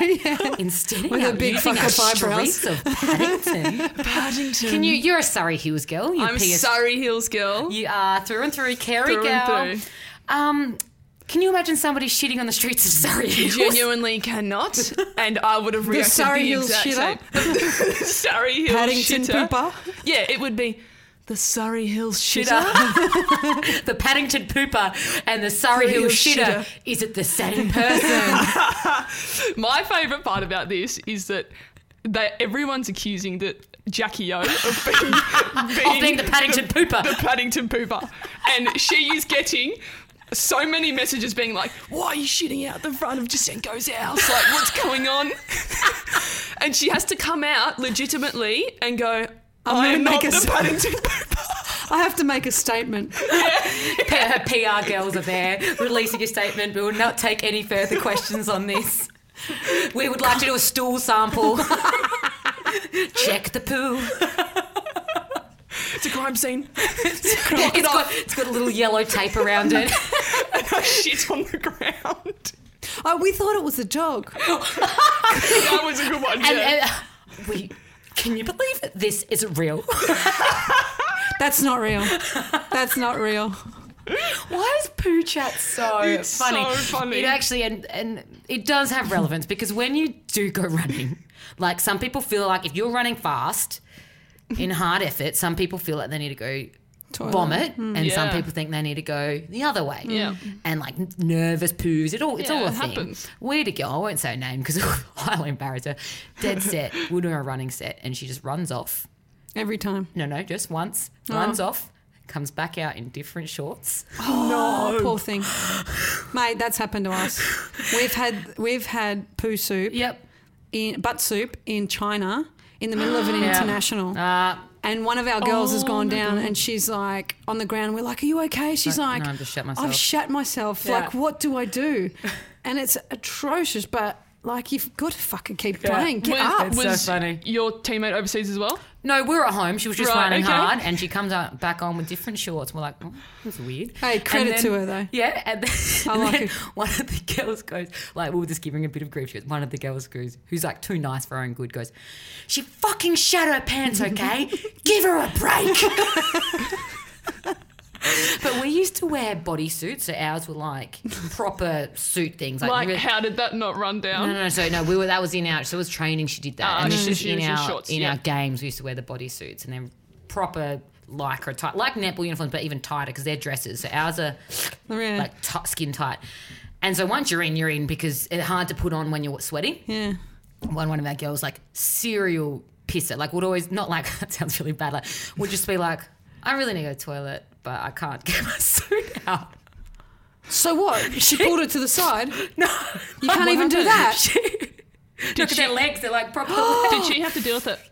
[SPEAKER 1] instead
[SPEAKER 3] With her
[SPEAKER 1] of
[SPEAKER 3] big
[SPEAKER 1] using
[SPEAKER 3] fuck
[SPEAKER 1] our
[SPEAKER 3] up eyebrows.
[SPEAKER 1] streets of Paddington.
[SPEAKER 2] Paddington.
[SPEAKER 1] Can you? You're a Surrey Hills girl. You
[SPEAKER 2] I'm
[SPEAKER 1] PS
[SPEAKER 2] sorry, Hills girl.
[SPEAKER 1] You are through and through, Kerry
[SPEAKER 2] Through
[SPEAKER 1] girl.
[SPEAKER 2] and through.
[SPEAKER 1] Um, can you imagine somebody shitting on the streets of Surrey Hills?
[SPEAKER 2] Genuinely cannot, and I would have reacted
[SPEAKER 3] Surrey
[SPEAKER 2] the
[SPEAKER 3] Hills
[SPEAKER 2] exact
[SPEAKER 3] shitter?
[SPEAKER 2] same. The Surrey Hills
[SPEAKER 3] Paddington
[SPEAKER 2] shitter.
[SPEAKER 3] pooper?
[SPEAKER 2] Yeah, it would be the Surrey Hills shitter.
[SPEAKER 1] shitter. the Paddington pooper and the Surrey Hill
[SPEAKER 2] Hill
[SPEAKER 1] shitter.
[SPEAKER 2] shitter.
[SPEAKER 1] Is it the same person?
[SPEAKER 2] My favourite part about this is that that everyone's accusing that Jackie O of being,
[SPEAKER 1] of being the Paddington
[SPEAKER 2] the
[SPEAKER 1] pooper.
[SPEAKER 2] Paddington pooper, and she is getting. So many messages being like, "Why are you shitting out the front of Jasenko's house? Like, what's going on?" and she has to come out legitimately and go, "I'm,
[SPEAKER 3] gonna
[SPEAKER 2] not
[SPEAKER 3] make a
[SPEAKER 2] the
[SPEAKER 3] s-
[SPEAKER 2] Paddington pooper."
[SPEAKER 3] I have to make a statement.
[SPEAKER 1] Her PR uh, girls are there releasing a statement. We will not take any further questions on this. We would like to do a stool sample. Check the poo.
[SPEAKER 2] It's a crime scene.
[SPEAKER 1] It's got, it's got a little yellow tape around it.
[SPEAKER 2] and I shit on the ground.
[SPEAKER 3] Oh, we thought it was a dog.
[SPEAKER 2] That was a good one. Yeah.
[SPEAKER 1] And, and we, can you believe that this is real?
[SPEAKER 3] That's not real. That's not real.
[SPEAKER 1] Why is poo chat so
[SPEAKER 2] It's
[SPEAKER 1] funny?
[SPEAKER 2] so funny.
[SPEAKER 1] It actually and and it does have relevance because when you do go running, like some people feel like if you're running fast in hard effort, some people feel like they need to go vomit, and some
[SPEAKER 2] Hmm. Yeah.
[SPEAKER 1] people think they need to go the other way.
[SPEAKER 2] Yeah.
[SPEAKER 1] and like nervous poos. It all it's
[SPEAKER 2] Yeah,
[SPEAKER 1] all a
[SPEAKER 2] it
[SPEAKER 1] thing.
[SPEAKER 2] happens.
[SPEAKER 1] Weird girl. I won't say her name because I'll embarrass her. Dead set. We're doing a running set, and she just runs off.
[SPEAKER 3] Every time.
[SPEAKER 1] No, no, just once.
[SPEAKER 2] Oh.
[SPEAKER 1] Runs off. Comes back out in different shorts.
[SPEAKER 3] Oh, poor thing. Mate, that's happened to us. We've had we've had poo soup
[SPEAKER 1] Yep.
[SPEAKER 3] in butt soup in China in the middle of an international.
[SPEAKER 1] Uh, oh
[SPEAKER 3] and one of our girls has gone down and she's like on the ground. We're like, Are you okay? She's
[SPEAKER 1] Like,
[SPEAKER 3] like,
[SPEAKER 1] "No, I've just shat
[SPEAKER 3] I've
[SPEAKER 1] myself."
[SPEAKER 3] shat myself.
[SPEAKER 1] Yeah.
[SPEAKER 3] Like, what do I do? And it's atrocious, but like, you've got to fucking keep
[SPEAKER 1] Yeah.
[SPEAKER 3] playing. Get
[SPEAKER 2] Was-
[SPEAKER 3] up.
[SPEAKER 1] It's so
[SPEAKER 2] was
[SPEAKER 1] funny.
[SPEAKER 2] Your teammate overseas as well?
[SPEAKER 1] no, we were at home. She was just
[SPEAKER 2] Right,
[SPEAKER 1] running
[SPEAKER 2] okay.
[SPEAKER 1] hard, and she comes out, back on with different shorts. We're like, oh, that's weird.
[SPEAKER 3] Hey,
[SPEAKER 1] And
[SPEAKER 3] credit
[SPEAKER 1] then-
[SPEAKER 3] to her, though.
[SPEAKER 1] Yeah, and then,
[SPEAKER 3] I
[SPEAKER 1] and
[SPEAKER 3] like
[SPEAKER 1] then
[SPEAKER 3] it.
[SPEAKER 1] one of the girls goes, like, we were just giving a bit of grief. She goes, one of the girls goes, who's like too nice for her own good, goes, she fucking shat her pants, okay? Give her a break. But we used to wear bodysuits, so ours were like proper suit things, like,
[SPEAKER 2] Like,
[SPEAKER 1] really-
[SPEAKER 2] how did that not run down?
[SPEAKER 1] No, no, no. So no, we were that was in our so it was training. She did that,
[SPEAKER 2] Ah,
[SPEAKER 1] and this
[SPEAKER 2] she-
[SPEAKER 1] is
[SPEAKER 2] Um, she
[SPEAKER 1] in
[SPEAKER 2] was in
[SPEAKER 1] our
[SPEAKER 2] shorts,
[SPEAKER 1] in
[SPEAKER 2] yeah.
[SPEAKER 1] our games. We used to wear the bodysuits and then proper lycra tight, like netball uniforms, but even tighter because they're dresses. So ours are
[SPEAKER 3] Yeah.
[SPEAKER 1] like t- skin tight. And so once you're in, you're in because it's hard to put on when you're sweating
[SPEAKER 3] yeah.
[SPEAKER 1] one one of our girls like serial pisser. Like would always not like that sounds really bad. Like would just be like, I really need to go to the toilet, but I can't get my suit out.
[SPEAKER 3] So what? She pulled it to the side.
[SPEAKER 1] No,
[SPEAKER 3] You can't even do that.
[SPEAKER 1] Look at their
[SPEAKER 2] she-
[SPEAKER 1] legs; they're like proper.
[SPEAKER 2] Did she have to deal with it?
[SPEAKER 1] She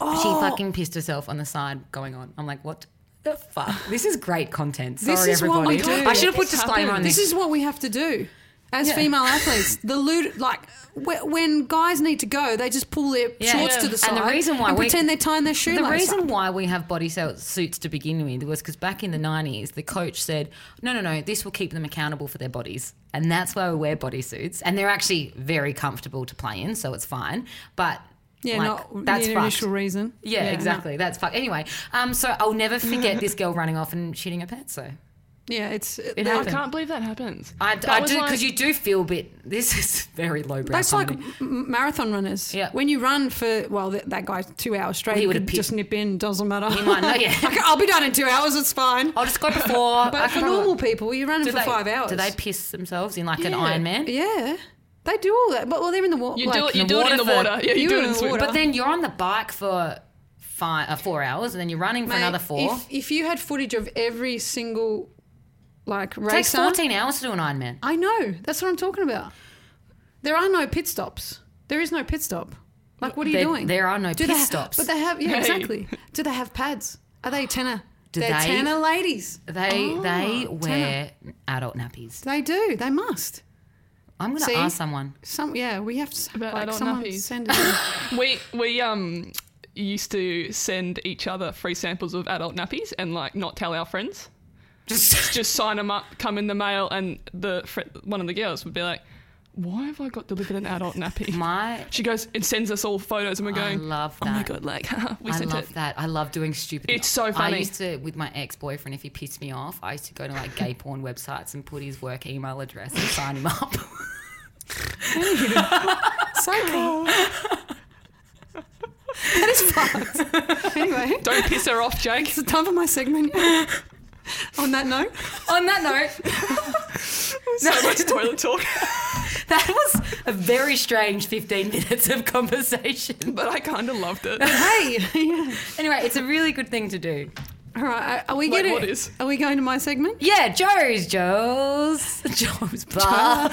[SPEAKER 3] Oh.
[SPEAKER 1] fucking pissed herself on the side going on. I'm like, what the fuck? This is great content. Sorry,
[SPEAKER 3] This is what
[SPEAKER 1] everybody.
[SPEAKER 3] we do.
[SPEAKER 1] I should have put
[SPEAKER 2] This
[SPEAKER 1] disclaimer on
[SPEAKER 3] This
[SPEAKER 1] this.
[SPEAKER 3] is what we have to do as female athletes. The lewd, like wh- when guys need to go, they just pull their
[SPEAKER 1] Yeah.
[SPEAKER 3] shorts
[SPEAKER 1] Yeah.
[SPEAKER 3] to the
[SPEAKER 1] And
[SPEAKER 3] side
[SPEAKER 1] the reason why
[SPEAKER 3] and
[SPEAKER 1] we-
[SPEAKER 3] pretend they're tying their shoelace.
[SPEAKER 1] the
[SPEAKER 3] up.
[SPEAKER 1] reason why we have body sou- suits to begin with was because back in the 90s, the coach said, no, no, no, this will keep them accountable for their bodies. And that's why we wear bodysuits. And they're actually very comfortable to play in, so it's fine. But
[SPEAKER 3] yeah,
[SPEAKER 1] like,
[SPEAKER 3] not
[SPEAKER 1] that's
[SPEAKER 3] the
[SPEAKER 1] fucked.
[SPEAKER 3] initial reason.
[SPEAKER 1] Yeah, exactly. That's fuck. Anyway, um, so I'll never forget this girl running off and shitting her pants. So
[SPEAKER 3] no. yeah, it's
[SPEAKER 1] it
[SPEAKER 2] I
[SPEAKER 1] happened.
[SPEAKER 2] can't believe that happens.
[SPEAKER 1] I,
[SPEAKER 2] That
[SPEAKER 1] I
[SPEAKER 2] was
[SPEAKER 1] do
[SPEAKER 2] like-
[SPEAKER 1] because you do feel a bit. This is very low brow.
[SPEAKER 3] That's like m- marathon runners.
[SPEAKER 1] Yeah.
[SPEAKER 3] When you run for, well, th- that guy two hours straight,
[SPEAKER 1] He
[SPEAKER 3] he
[SPEAKER 1] would
[SPEAKER 3] would
[SPEAKER 1] have picked-
[SPEAKER 3] just nip in, doesn't matter.
[SPEAKER 1] He might not, yeah.
[SPEAKER 3] Okay, I'll be done in two hours, it's fine.
[SPEAKER 1] I'll just go before. I
[SPEAKER 3] But for
[SPEAKER 1] can-
[SPEAKER 3] normal people, you're running
[SPEAKER 1] do
[SPEAKER 3] for
[SPEAKER 1] they-
[SPEAKER 3] five hours.
[SPEAKER 1] Do they piss themselves in like an
[SPEAKER 2] Yeah.
[SPEAKER 1] Iron Man?
[SPEAKER 3] Yeah. They do all that, but well, they're in the water.
[SPEAKER 2] You do it.
[SPEAKER 3] like,
[SPEAKER 2] You
[SPEAKER 1] the
[SPEAKER 2] do it in the
[SPEAKER 1] water
[SPEAKER 2] water.
[SPEAKER 1] for-
[SPEAKER 2] yeah, you,
[SPEAKER 3] you
[SPEAKER 2] do
[SPEAKER 3] in
[SPEAKER 2] it in
[SPEAKER 3] the
[SPEAKER 2] swim.
[SPEAKER 3] water.
[SPEAKER 2] But
[SPEAKER 1] But then you're on the bike for five, uh, four hours, and then you're running for
[SPEAKER 3] Mate,
[SPEAKER 1] another four.
[SPEAKER 3] If, if you had footage of every single like
[SPEAKER 1] it takes
[SPEAKER 3] racer,
[SPEAKER 1] 14 hours to do an Ironman.
[SPEAKER 3] I know. That's what I'm talking about. There are no pit stops. There is no pit stop. Like, what are you
[SPEAKER 1] There-
[SPEAKER 3] doing?
[SPEAKER 1] there are no
[SPEAKER 3] Do
[SPEAKER 1] pit
[SPEAKER 3] they ha-
[SPEAKER 1] stops.
[SPEAKER 3] But they have, yeah,
[SPEAKER 2] Hey.
[SPEAKER 3] exactly. Do they have pads? Are they tenor?
[SPEAKER 1] Do
[SPEAKER 3] They're
[SPEAKER 1] they?
[SPEAKER 3] tenor ladies.
[SPEAKER 1] They
[SPEAKER 3] Oh,
[SPEAKER 1] they
[SPEAKER 3] tenor.
[SPEAKER 1] wear adult nappies.
[SPEAKER 3] They do. They must.
[SPEAKER 1] I'm gonna
[SPEAKER 3] See?
[SPEAKER 1] ask someone.
[SPEAKER 3] Some, yeah, we have to.
[SPEAKER 2] About
[SPEAKER 3] like,
[SPEAKER 2] adult
[SPEAKER 3] someone
[SPEAKER 2] nappies.
[SPEAKER 3] send us.
[SPEAKER 2] we we um used to send each other free samples of adult nappies and like not tell our friends.
[SPEAKER 1] Just
[SPEAKER 2] Just sign them up, come in the mail, and the fr- one of the girls would be like, "Why have I got delivered an adult nappy?"
[SPEAKER 1] my
[SPEAKER 2] She goes and sends us all photos, and we're
[SPEAKER 1] I
[SPEAKER 2] going,
[SPEAKER 1] love
[SPEAKER 2] Oh my
[SPEAKER 1] that.
[SPEAKER 2] god, like we
[SPEAKER 1] I
[SPEAKER 2] sent
[SPEAKER 1] love
[SPEAKER 2] it.
[SPEAKER 1] that. I love doing stupid.
[SPEAKER 2] It's so
[SPEAKER 1] I
[SPEAKER 2] funny.
[SPEAKER 1] used to with my ex boyfriend. If he pissed me off, I used to go to like gay porn websites and put his work email address and sign him up.
[SPEAKER 3] so cool. that is fucked. anyway,
[SPEAKER 2] Don't piss her off, Jake.
[SPEAKER 3] it's time for my segment. On that note,
[SPEAKER 1] On that note,
[SPEAKER 2] so much toilet talk.
[SPEAKER 1] that was a very strange 15 minutes of conversation.
[SPEAKER 2] But I kind of loved it.
[SPEAKER 3] hey, yeah.
[SPEAKER 1] Anyway, it's a really good thing to do.
[SPEAKER 3] All right, are- are we
[SPEAKER 2] Wait,
[SPEAKER 3] getting?
[SPEAKER 2] what is?
[SPEAKER 3] Are we going to my segment?
[SPEAKER 1] Yeah, Joe's, Joe's, Joe's, Bob,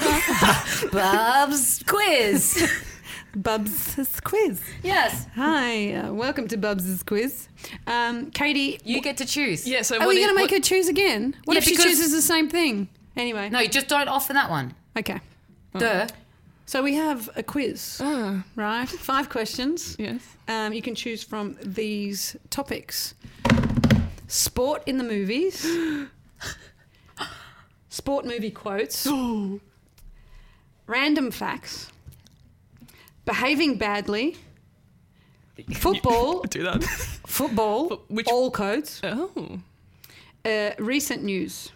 [SPEAKER 1] Bob's quiz.
[SPEAKER 3] Bubs' quiz.
[SPEAKER 1] Yes,
[SPEAKER 3] Hi, uh, welcome to Bubs' quiz. Um, Katie,
[SPEAKER 1] you get to choose.
[SPEAKER 2] Yeah. So
[SPEAKER 3] are
[SPEAKER 2] what
[SPEAKER 3] we
[SPEAKER 2] do you-
[SPEAKER 3] going to make
[SPEAKER 2] what-
[SPEAKER 3] her choose again? What
[SPEAKER 1] Yeah,
[SPEAKER 3] if she
[SPEAKER 1] because-
[SPEAKER 3] chooses the same thing? Anyway,
[SPEAKER 1] No, just don't offer that one.
[SPEAKER 3] okay.
[SPEAKER 1] Duh.
[SPEAKER 3] So we have a quiz,
[SPEAKER 2] Ah,
[SPEAKER 3] right? Five questions.
[SPEAKER 2] yes.
[SPEAKER 3] Um, you can choose from these topics sport in the movies, sport movie quotes, random facts, behaving badly, football,
[SPEAKER 2] Do that.
[SPEAKER 3] football,
[SPEAKER 2] Which-
[SPEAKER 3] all codes,
[SPEAKER 2] oh.
[SPEAKER 3] uh, recent news.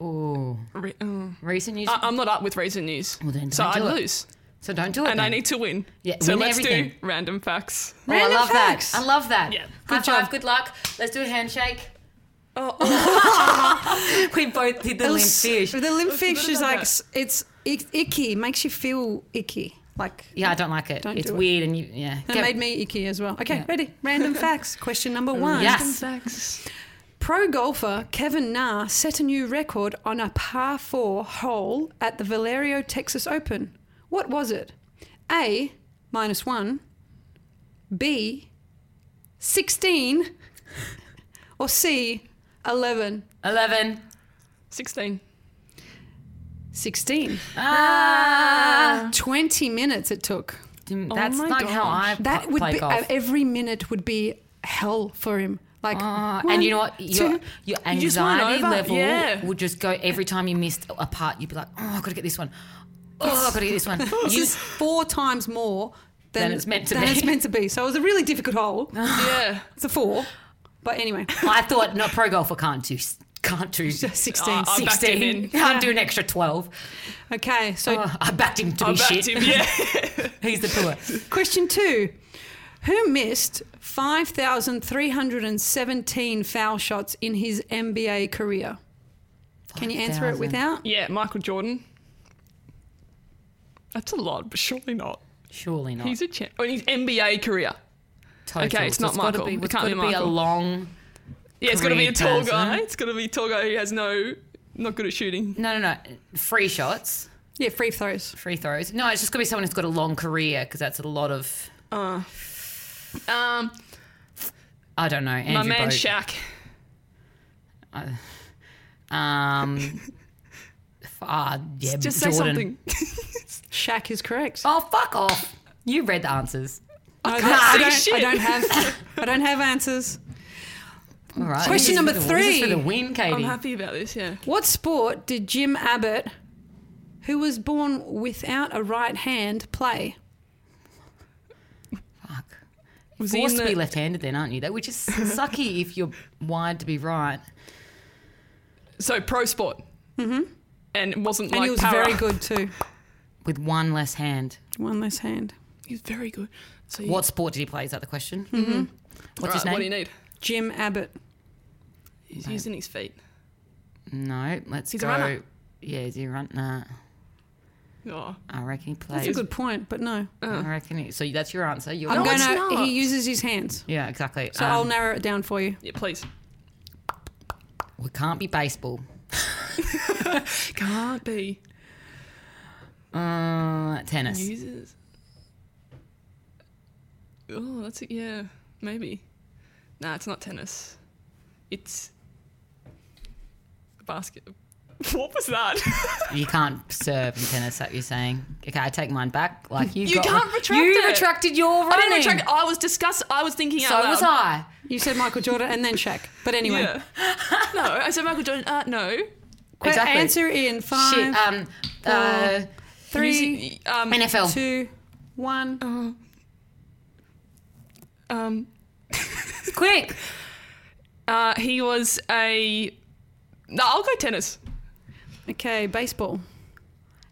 [SPEAKER 1] Ooh.
[SPEAKER 2] Re- oh.
[SPEAKER 1] Recent news.
[SPEAKER 2] I, I'm not up with recent news,
[SPEAKER 1] Well, then
[SPEAKER 2] so
[SPEAKER 1] don't
[SPEAKER 2] I
[SPEAKER 1] do it.
[SPEAKER 2] lose,
[SPEAKER 1] so don't do it.
[SPEAKER 2] and I
[SPEAKER 1] then.
[SPEAKER 2] need to win.
[SPEAKER 1] Yeah,
[SPEAKER 2] so
[SPEAKER 1] win
[SPEAKER 2] let's
[SPEAKER 1] everything.
[SPEAKER 2] do random facts.
[SPEAKER 1] Oh, I
[SPEAKER 3] Random
[SPEAKER 1] love
[SPEAKER 3] facts.
[SPEAKER 1] that. I love that.
[SPEAKER 2] Yeah.
[SPEAKER 1] High five.
[SPEAKER 3] Good job.
[SPEAKER 1] Good luck. Let's do a handshake.
[SPEAKER 2] Oh,
[SPEAKER 1] Oh. We both did the
[SPEAKER 3] It
[SPEAKER 1] limp
[SPEAKER 3] was-
[SPEAKER 1] fish.
[SPEAKER 3] The limp fish
[SPEAKER 2] about
[SPEAKER 3] is like,
[SPEAKER 2] that.
[SPEAKER 3] s- it's ick icky, makes you feel icky. Like,
[SPEAKER 1] Yeah, I don't like it.
[SPEAKER 3] Don't
[SPEAKER 1] it's
[SPEAKER 3] do it.
[SPEAKER 1] weird, and you yeah.
[SPEAKER 3] it
[SPEAKER 1] Get-
[SPEAKER 3] made me icky as well. Okay,
[SPEAKER 1] Yeah.
[SPEAKER 3] ready? Random facts. Question number one.
[SPEAKER 1] Yes.
[SPEAKER 2] facts.
[SPEAKER 3] Pro golfer Kevin Na set a new record on a par four hole at the Valerio Texas Open. What was it? A, minus one, B, 16, or C, 11?
[SPEAKER 1] Eleven.
[SPEAKER 2] Sixteen.
[SPEAKER 3] 16.
[SPEAKER 1] Ah.
[SPEAKER 3] 20 minutes it took.
[SPEAKER 1] Dim- That's
[SPEAKER 2] my
[SPEAKER 1] like how I
[SPEAKER 2] gosh.
[SPEAKER 1] that
[SPEAKER 3] That would
[SPEAKER 1] play
[SPEAKER 3] be, uh,
[SPEAKER 1] golf.
[SPEAKER 3] every minute would be hell for him. Like,
[SPEAKER 1] Ah,
[SPEAKER 3] one,
[SPEAKER 1] and you know what? Your,
[SPEAKER 3] two-
[SPEAKER 1] your
[SPEAKER 2] You just weren't
[SPEAKER 1] anxiety
[SPEAKER 2] over.
[SPEAKER 1] level
[SPEAKER 2] Yeah.
[SPEAKER 1] would just go every time you missed a part. You'd be like, oh, I've got to get this one. Oh, I've got to get this one.
[SPEAKER 3] This
[SPEAKER 1] You-
[SPEAKER 3] is four times more than,
[SPEAKER 1] Than it's meant to
[SPEAKER 3] than
[SPEAKER 1] be. Uh-huh.
[SPEAKER 3] it's meant to be. So it was a really difficult hole.
[SPEAKER 2] yeah.
[SPEAKER 3] It's a four. But anyway,
[SPEAKER 1] I thought no pro golfer can't do can't do sixteen.
[SPEAKER 2] I- I backed him in.
[SPEAKER 1] Sixteen can't do an extra twelve.
[SPEAKER 3] okay. So
[SPEAKER 1] Oh, I backed him to
[SPEAKER 2] I
[SPEAKER 1] be
[SPEAKER 2] backed
[SPEAKER 1] shit.
[SPEAKER 2] him. Yeah.
[SPEAKER 1] He's the poor.
[SPEAKER 3] question two: Who missed five thousand three hundred and seventeen foul shots in his NBA career? Can you answer it
[SPEAKER 1] 5,000.
[SPEAKER 3] without?
[SPEAKER 2] yeah. Michael Jordan. That's a lot, but surely not.
[SPEAKER 1] Surely not.
[SPEAKER 2] He's a champ. Oh, his NBA career.
[SPEAKER 1] Total.
[SPEAKER 2] okay, it's
[SPEAKER 1] So
[SPEAKER 2] not
[SPEAKER 1] gotta
[SPEAKER 2] Michael.
[SPEAKER 1] Be,
[SPEAKER 2] It
[SPEAKER 1] it's
[SPEAKER 2] can't
[SPEAKER 1] got to
[SPEAKER 2] be
[SPEAKER 1] be a
[SPEAKER 2] Michael.
[SPEAKER 1] long.
[SPEAKER 2] Yeah, it's got to be a
[SPEAKER 1] Kareem
[SPEAKER 2] tall
[SPEAKER 1] Thompson.
[SPEAKER 2] guy. It's got to be a tall guy who has no, not good at shooting.
[SPEAKER 1] No, no, no. Free shots,
[SPEAKER 3] Yeah, free throws.
[SPEAKER 1] free throws. No, it's just got to be someone who's got a long career because that's a lot of.
[SPEAKER 2] Um,
[SPEAKER 1] I don't know.
[SPEAKER 2] my
[SPEAKER 1] Andrew
[SPEAKER 2] man
[SPEAKER 1] Bogut.
[SPEAKER 2] Shaq.
[SPEAKER 1] Um. f- Ah, yeah,
[SPEAKER 2] Just
[SPEAKER 1] Jordan.
[SPEAKER 2] say something.
[SPEAKER 3] Shaq is correct.
[SPEAKER 1] Oh, fuck off! You read the answers.
[SPEAKER 3] No, I,
[SPEAKER 2] can't
[SPEAKER 3] don't,
[SPEAKER 2] see
[SPEAKER 3] I
[SPEAKER 2] shit.
[SPEAKER 3] don't have. I don't have answers.
[SPEAKER 1] All right.
[SPEAKER 3] Question
[SPEAKER 1] This is
[SPEAKER 3] number
[SPEAKER 1] for the- this is
[SPEAKER 3] three.
[SPEAKER 1] for the win,
[SPEAKER 2] I'm
[SPEAKER 1] Katie.
[SPEAKER 2] happy about this. Yeah.
[SPEAKER 3] What sport did Jim Abbott, who was born without a right hand, play?
[SPEAKER 1] Fuck.
[SPEAKER 2] Was he in
[SPEAKER 1] Forced to
[SPEAKER 2] the-
[SPEAKER 1] be left-handed, then, aren't you? That which is sucky if you're wired to be right.
[SPEAKER 2] So pro sport. Mm-hmm. And it wasn't
[SPEAKER 3] And
[SPEAKER 2] like
[SPEAKER 3] he was
[SPEAKER 2] para.
[SPEAKER 3] very good too.
[SPEAKER 1] with one less hand.
[SPEAKER 3] One less hand.
[SPEAKER 2] He was very good. So you,
[SPEAKER 1] What sport did he play? Is that the question? Mm-hmm. What's
[SPEAKER 2] All
[SPEAKER 1] his
[SPEAKER 2] right,
[SPEAKER 1] name?
[SPEAKER 2] What do you need?
[SPEAKER 3] Jim Abbott.
[SPEAKER 2] He's using his feet.
[SPEAKER 1] No, let's
[SPEAKER 2] He's a
[SPEAKER 1] go.
[SPEAKER 2] runner.
[SPEAKER 1] Yeah, is he a runner?
[SPEAKER 2] Oh.
[SPEAKER 1] I reckon he plays.
[SPEAKER 3] That's a good point, but no.
[SPEAKER 2] uh,
[SPEAKER 1] I reckon he, so. That's your answer. You're
[SPEAKER 3] I'm
[SPEAKER 1] right.
[SPEAKER 3] going
[SPEAKER 2] it's
[SPEAKER 3] to.
[SPEAKER 2] not.
[SPEAKER 3] He uses his hands.
[SPEAKER 1] Yeah, exactly.
[SPEAKER 3] So
[SPEAKER 1] Um,
[SPEAKER 3] I'll narrow it down for you.
[SPEAKER 2] Yeah, please.
[SPEAKER 1] we can't be baseball.
[SPEAKER 2] Can't be.
[SPEAKER 1] Uh, tennis.
[SPEAKER 2] Users. Oh, that's it. Yeah, maybe. Nah, it's not tennis. It's basket. What was that?
[SPEAKER 1] You can't serve in tennis. That you're saying. Okay, I take mine back. Like you.
[SPEAKER 2] You
[SPEAKER 1] got
[SPEAKER 2] can't
[SPEAKER 1] one-
[SPEAKER 2] retract
[SPEAKER 1] You
[SPEAKER 2] it.
[SPEAKER 1] retracted your running.
[SPEAKER 2] I didn't retract. I was disgust. I was thinking out
[SPEAKER 1] So
[SPEAKER 2] loud.
[SPEAKER 1] was I.
[SPEAKER 3] You said Michael Jordan and then Shaq. But anyway,
[SPEAKER 2] Yeah. no, I said Michael Jordan. Uh, no.
[SPEAKER 3] Quick
[SPEAKER 1] Exactly.
[SPEAKER 3] answer in five,
[SPEAKER 1] Shit. Um. Uh,
[SPEAKER 3] three,
[SPEAKER 2] Using- Um,
[SPEAKER 1] NFL.
[SPEAKER 3] two, one.
[SPEAKER 2] um,
[SPEAKER 1] Quick.
[SPEAKER 2] uh, he was a. No, I'll go tennis.
[SPEAKER 3] Okay, baseball.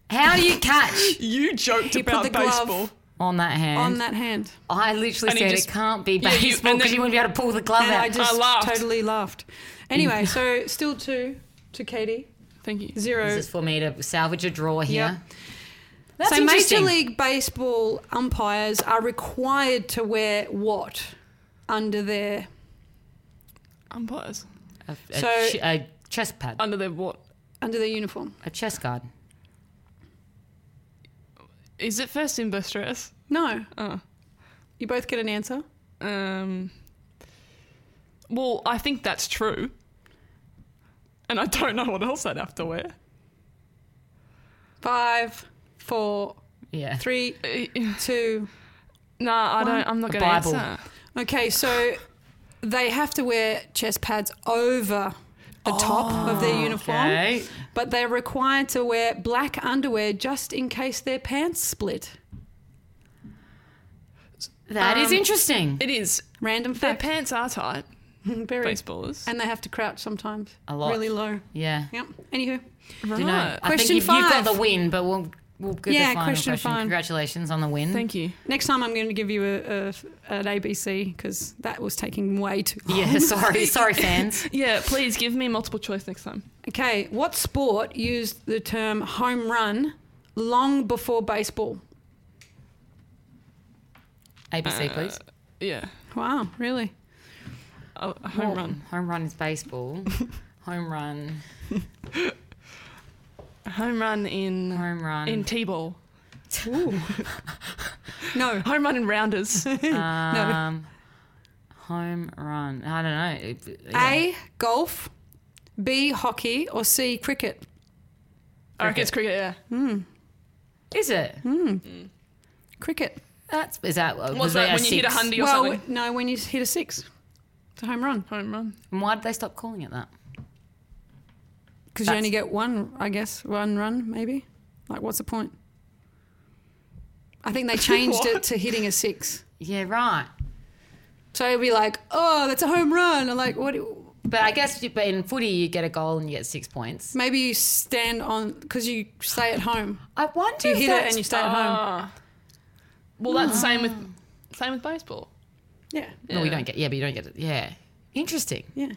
[SPEAKER 1] How do you catch
[SPEAKER 2] You joked
[SPEAKER 3] He put
[SPEAKER 2] about
[SPEAKER 3] the glove
[SPEAKER 2] baseball.
[SPEAKER 1] on that hand?
[SPEAKER 3] on that hand.
[SPEAKER 1] I literally
[SPEAKER 2] And he
[SPEAKER 1] said
[SPEAKER 2] just-
[SPEAKER 1] it can't be
[SPEAKER 2] Yeah, you-
[SPEAKER 1] baseball
[SPEAKER 2] and
[SPEAKER 1] because
[SPEAKER 2] then-
[SPEAKER 1] you wouldn't be able to pull the glove
[SPEAKER 3] And
[SPEAKER 1] out.
[SPEAKER 3] I just
[SPEAKER 2] laughed.
[SPEAKER 3] totally laughed. Anyway, so still two to Katie.
[SPEAKER 2] Thank you.
[SPEAKER 3] Zero.
[SPEAKER 1] This is for me to salvage a draw here. That's
[SPEAKER 3] so Major
[SPEAKER 1] interesting.
[SPEAKER 3] League Baseball umpires are required to wear what under their
[SPEAKER 2] Umpires.
[SPEAKER 1] a, a
[SPEAKER 3] so-
[SPEAKER 1] ch- a chest pad,
[SPEAKER 2] Under their what?
[SPEAKER 3] under their uniform?
[SPEAKER 1] a chest guard.
[SPEAKER 2] Is it first in best dress?
[SPEAKER 3] No.
[SPEAKER 2] Oh.
[SPEAKER 3] You both get an answer.
[SPEAKER 2] Um, well, I think that's true. And I don't know what else I'd have to wear.
[SPEAKER 3] Five, four,
[SPEAKER 1] Yeah.
[SPEAKER 3] three,
[SPEAKER 2] Eh,
[SPEAKER 3] two.
[SPEAKER 2] Nah, I don't. I'm not going to
[SPEAKER 1] Bible.
[SPEAKER 2] answer.
[SPEAKER 3] Okay, so they have to wear chest pads over the top of their uniform,
[SPEAKER 1] Oh, Okay.
[SPEAKER 3] but they're required to wear black underwear just in case their pants split.
[SPEAKER 1] That is
[SPEAKER 2] Um,
[SPEAKER 1] interesting.
[SPEAKER 2] It is.
[SPEAKER 3] Random
[SPEAKER 2] Their
[SPEAKER 3] fact.
[SPEAKER 2] pants are tight.
[SPEAKER 3] Very.
[SPEAKER 2] Baseballers.
[SPEAKER 3] And they have to crouch sometimes.
[SPEAKER 1] A lot.
[SPEAKER 3] Really low.
[SPEAKER 1] yeah.
[SPEAKER 3] Yep. Anywho.
[SPEAKER 1] Do you know,
[SPEAKER 2] Right.
[SPEAKER 1] I think
[SPEAKER 3] Question
[SPEAKER 1] you've, you've got
[SPEAKER 3] five.
[SPEAKER 1] the win, but we'll we'll get
[SPEAKER 3] Yeah,
[SPEAKER 1] the final
[SPEAKER 3] question
[SPEAKER 1] question.
[SPEAKER 3] five.
[SPEAKER 1] Congratulations on the win.
[SPEAKER 2] Thank you.
[SPEAKER 3] Next time I'm going to give you a, a an ABC because that was taking way too long.
[SPEAKER 1] yeah, sorry, sorry, fans.
[SPEAKER 2] Yeah, please give me multiple choice next time.
[SPEAKER 3] Okay, what sport used the term home run long before baseball?
[SPEAKER 2] Uh,
[SPEAKER 1] ABC, please.
[SPEAKER 2] Yeah.
[SPEAKER 3] Wow, really?
[SPEAKER 2] A a home run.
[SPEAKER 1] Home run is baseball. home run.
[SPEAKER 2] A home run in
[SPEAKER 1] Home run.
[SPEAKER 2] in T-ball.
[SPEAKER 3] No,
[SPEAKER 2] Home run in rounders.
[SPEAKER 3] no.
[SPEAKER 1] um, home run. I don't know. It- yeah.
[SPEAKER 3] A, golf, B, hockey, or C, cricket?
[SPEAKER 2] I reckon it's cricket. Yeah.
[SPEAKER 1] Is it?
[SPEAKER 3] Cricket.
[SPEAKER 1] That's is that uh, what
[SPEAKER 2] Hmm? What's that? When you hit a hundy or
[SPEAKER 3] well,
[SPEAKER 2] something?
[SPEAKER 3] no, when you hit a six, it's a home run
[SPEAKER 2] Home run.
[SPEAKER 1] Why did they stop calling it that?
[SPEAKER 3] because you
[SPEAKER 1] That's-
[SPEAKER 3] only get one, I guess, one run maybe. Like, what's the point? I think they changed it to hitting a six.
[SPEAKER 1] Yeah, right.
[SPEAKER 3] So it'd be like, oh, that's a home run. And like, what? do-
[SPEAKER 1] But I guess you- but in footy you get a goal and you get six points.
[SPEAKER 3] Maybe you stand on because you stay at home.
[SPEAKER 1] I wonder
[SPEAKER 3] You
[SPEAKER 1] if
[SPEAKER 3] hit it
[SPEAKER 1] that's,
[SPEAKER 3] and you stay at home.
[SPEAKER 2] Well, that's the same with same with baseball.
[SPEAKER 3] Yeah,
[SPEAKER 1] No, we don't get. Yeah, but you don't get it. Yeah, interesting.
[SPEAKER 3] yeah.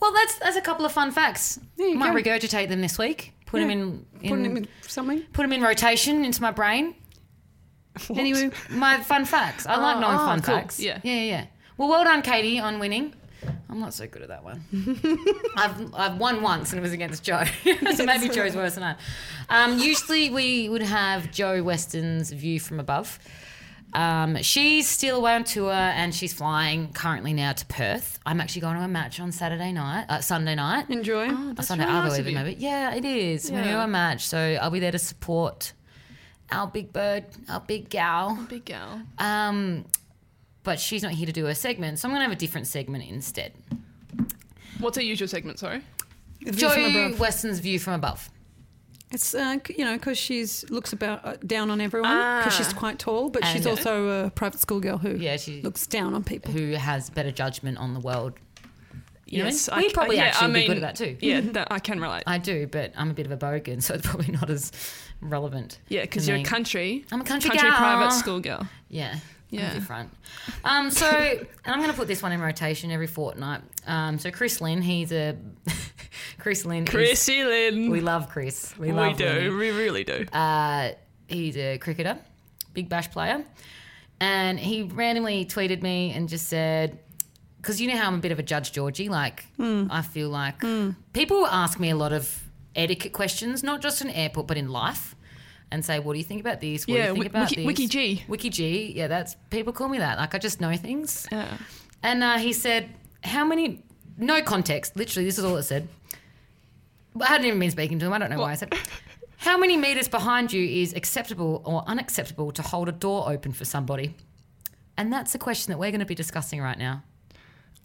[SPEAKER 1] Well, that's that's a couple of fun facts.
[SPEAKER 3] There you
[SPEAKER 1] Might
[SPEAKER 3] go.
[SPEAKER 1] regurgitate them this week. Put
[SPEAKER 3] Yeah.
[SPEAKER 1] them in, in
[SPEAKER 3] Putting him in something.
[SPEAKER 1] put them in rotation into my brain.
[SPEAKER 3] Anyway,
[SPEAKER 1] My fun facts. I like knowing
[SPEAKER 2] oh,
[SPEAKER 1] fun
[SPEAKER 2] cool.
[SPEAKER 1] facts.
[SPEAKER 2] Yeah.
[SPEAKER 1] yeah, yeah, yeah. Well, well done, Katie, on winning. I'm not so good at that one. I've I've won once and it was against Joe, so maybe Joe's worse than I. am. Um, usually we would have Joe Weston's view from above. Um, she's still away on tour and she's flying currently now to Perth. I'm actually going to a match on Saturday night, uh, Sunday night.
[SPEAKER 3] enjoy.
[SPEAKER 1] That's Sunday,
[SPEAKER 2] really
[SPEAKER 1] I
[SPEAKER 2] nice
[SPEAKER 1] believe
[SPEAKER 2] of
[SPEAKER 1] it, maybe.
[SPEAKER 2] you.
[SPEAKER 1] Yeah, it is. We're
[SPEAKER 2] Yeah.
[SPEAKER 1] doing a match, so I'll be there to support our big bird, our big gal.
[SPEAKER 2] Big gal.
[SPEAKER 1] Um, but she's not here to do her segment, so I'm going to have a different segment instead.
[SPEAKER 2] What's our usual segment? Sorry.
[SPEAKER 3] View
[SPEAKER 1] Joe
[SPEAKER 3] from above.
[SPEAKER 1] Weston's view from above.
[SPEAKER 3] It's uh, c- you know because she's looks about uh, down on everyone because she's quite tall, but she's
[SPEAKER 1] And-
[SPEAKER 3] also a private school girl who
[SPEAKER 1] Yeah, she-
[SPEAKER 3] looks down on people.
[SPEAKER 1] Who has better judgment on the world? You know what I
[SPEAKER 2] Yes,
[SPEAKER 1] mean? we
[SPEAKER 2] c-
[SPEAKER 1] probably
[SPEAKER 2] yeah,
[SPEAKER 1] actually
[SPEAKER 2] I
[SPEAKER 1] be good
[SPEAKER 2] mean,
[SPEAKER 1] at that too.
[SPEAKER 2] Yeah, that I can relate.
[SPEAKER 1] I do, but I'm a bit of a bogan, so it's probably not as relevant.
[SPEAKER 2] Yeah, because
[SPEAKER 1] to
[SPEAKER 2] you're a
[SPEAKER 1] me.
[SPEAKER 2] country.
[SPEAKER 1] I'm a country
[SPEAKER 2] country
[SPEAKER 1] gal.
[SPEAKER 2] private school girl.
[SPEAKER 1] Yeah.
[SPEAKER 2] Yeah.
[SPEAKER 1] Yeah. Front. Um, so, and I'm going to put this one in rotation every fortnight. Um, so Chris Lynn, he's a Chris Lynn. is-
[SPEAKER 2] Chrissy Lynn.
[SPEAKER 1] we
[SPEAKER 2] We,
[SPEAKER 1] love Chris. We love
[SPEAKER 2] do.
[SPEAKER 1] Lynn.
[SPEAKER 2] We really do.
[SPEAKER 1] Uh, he's a cricketer, big bash player. And he randomly tweeted me and just said, because you know how I'm a bit of a judge, Georgie. Like,
[SPEAKER 2] Hmm.
[SPEAKER 1] I feel like people ask me a lot of etiquette questions, not just in airport, but in life, and say, What do you think about this? What
[SPEAKER 2] Yeah,
[SPEAKER 1] do you think
[SPEAKER 2] Wi-
[SPEAKER 1] about
[SPEAKER 2] Wiki-
[SPEAKER 1] this?
[SPEAKER 2] Wiki G.
[SPEAKER 1] Wiki G. Yeah, that's people call me that. Like, I just know things.
[SPEAKER 2] yeah.
[SPEAKER 1] And uh, he said, How many? No context. Literally, this is all it said. But I hadn't even been speaking to him. I don't know why I said. How many meters behind you is acceptable or unacceptable to hold a door open for somebody? And that's the question that we're going to be discussing right now.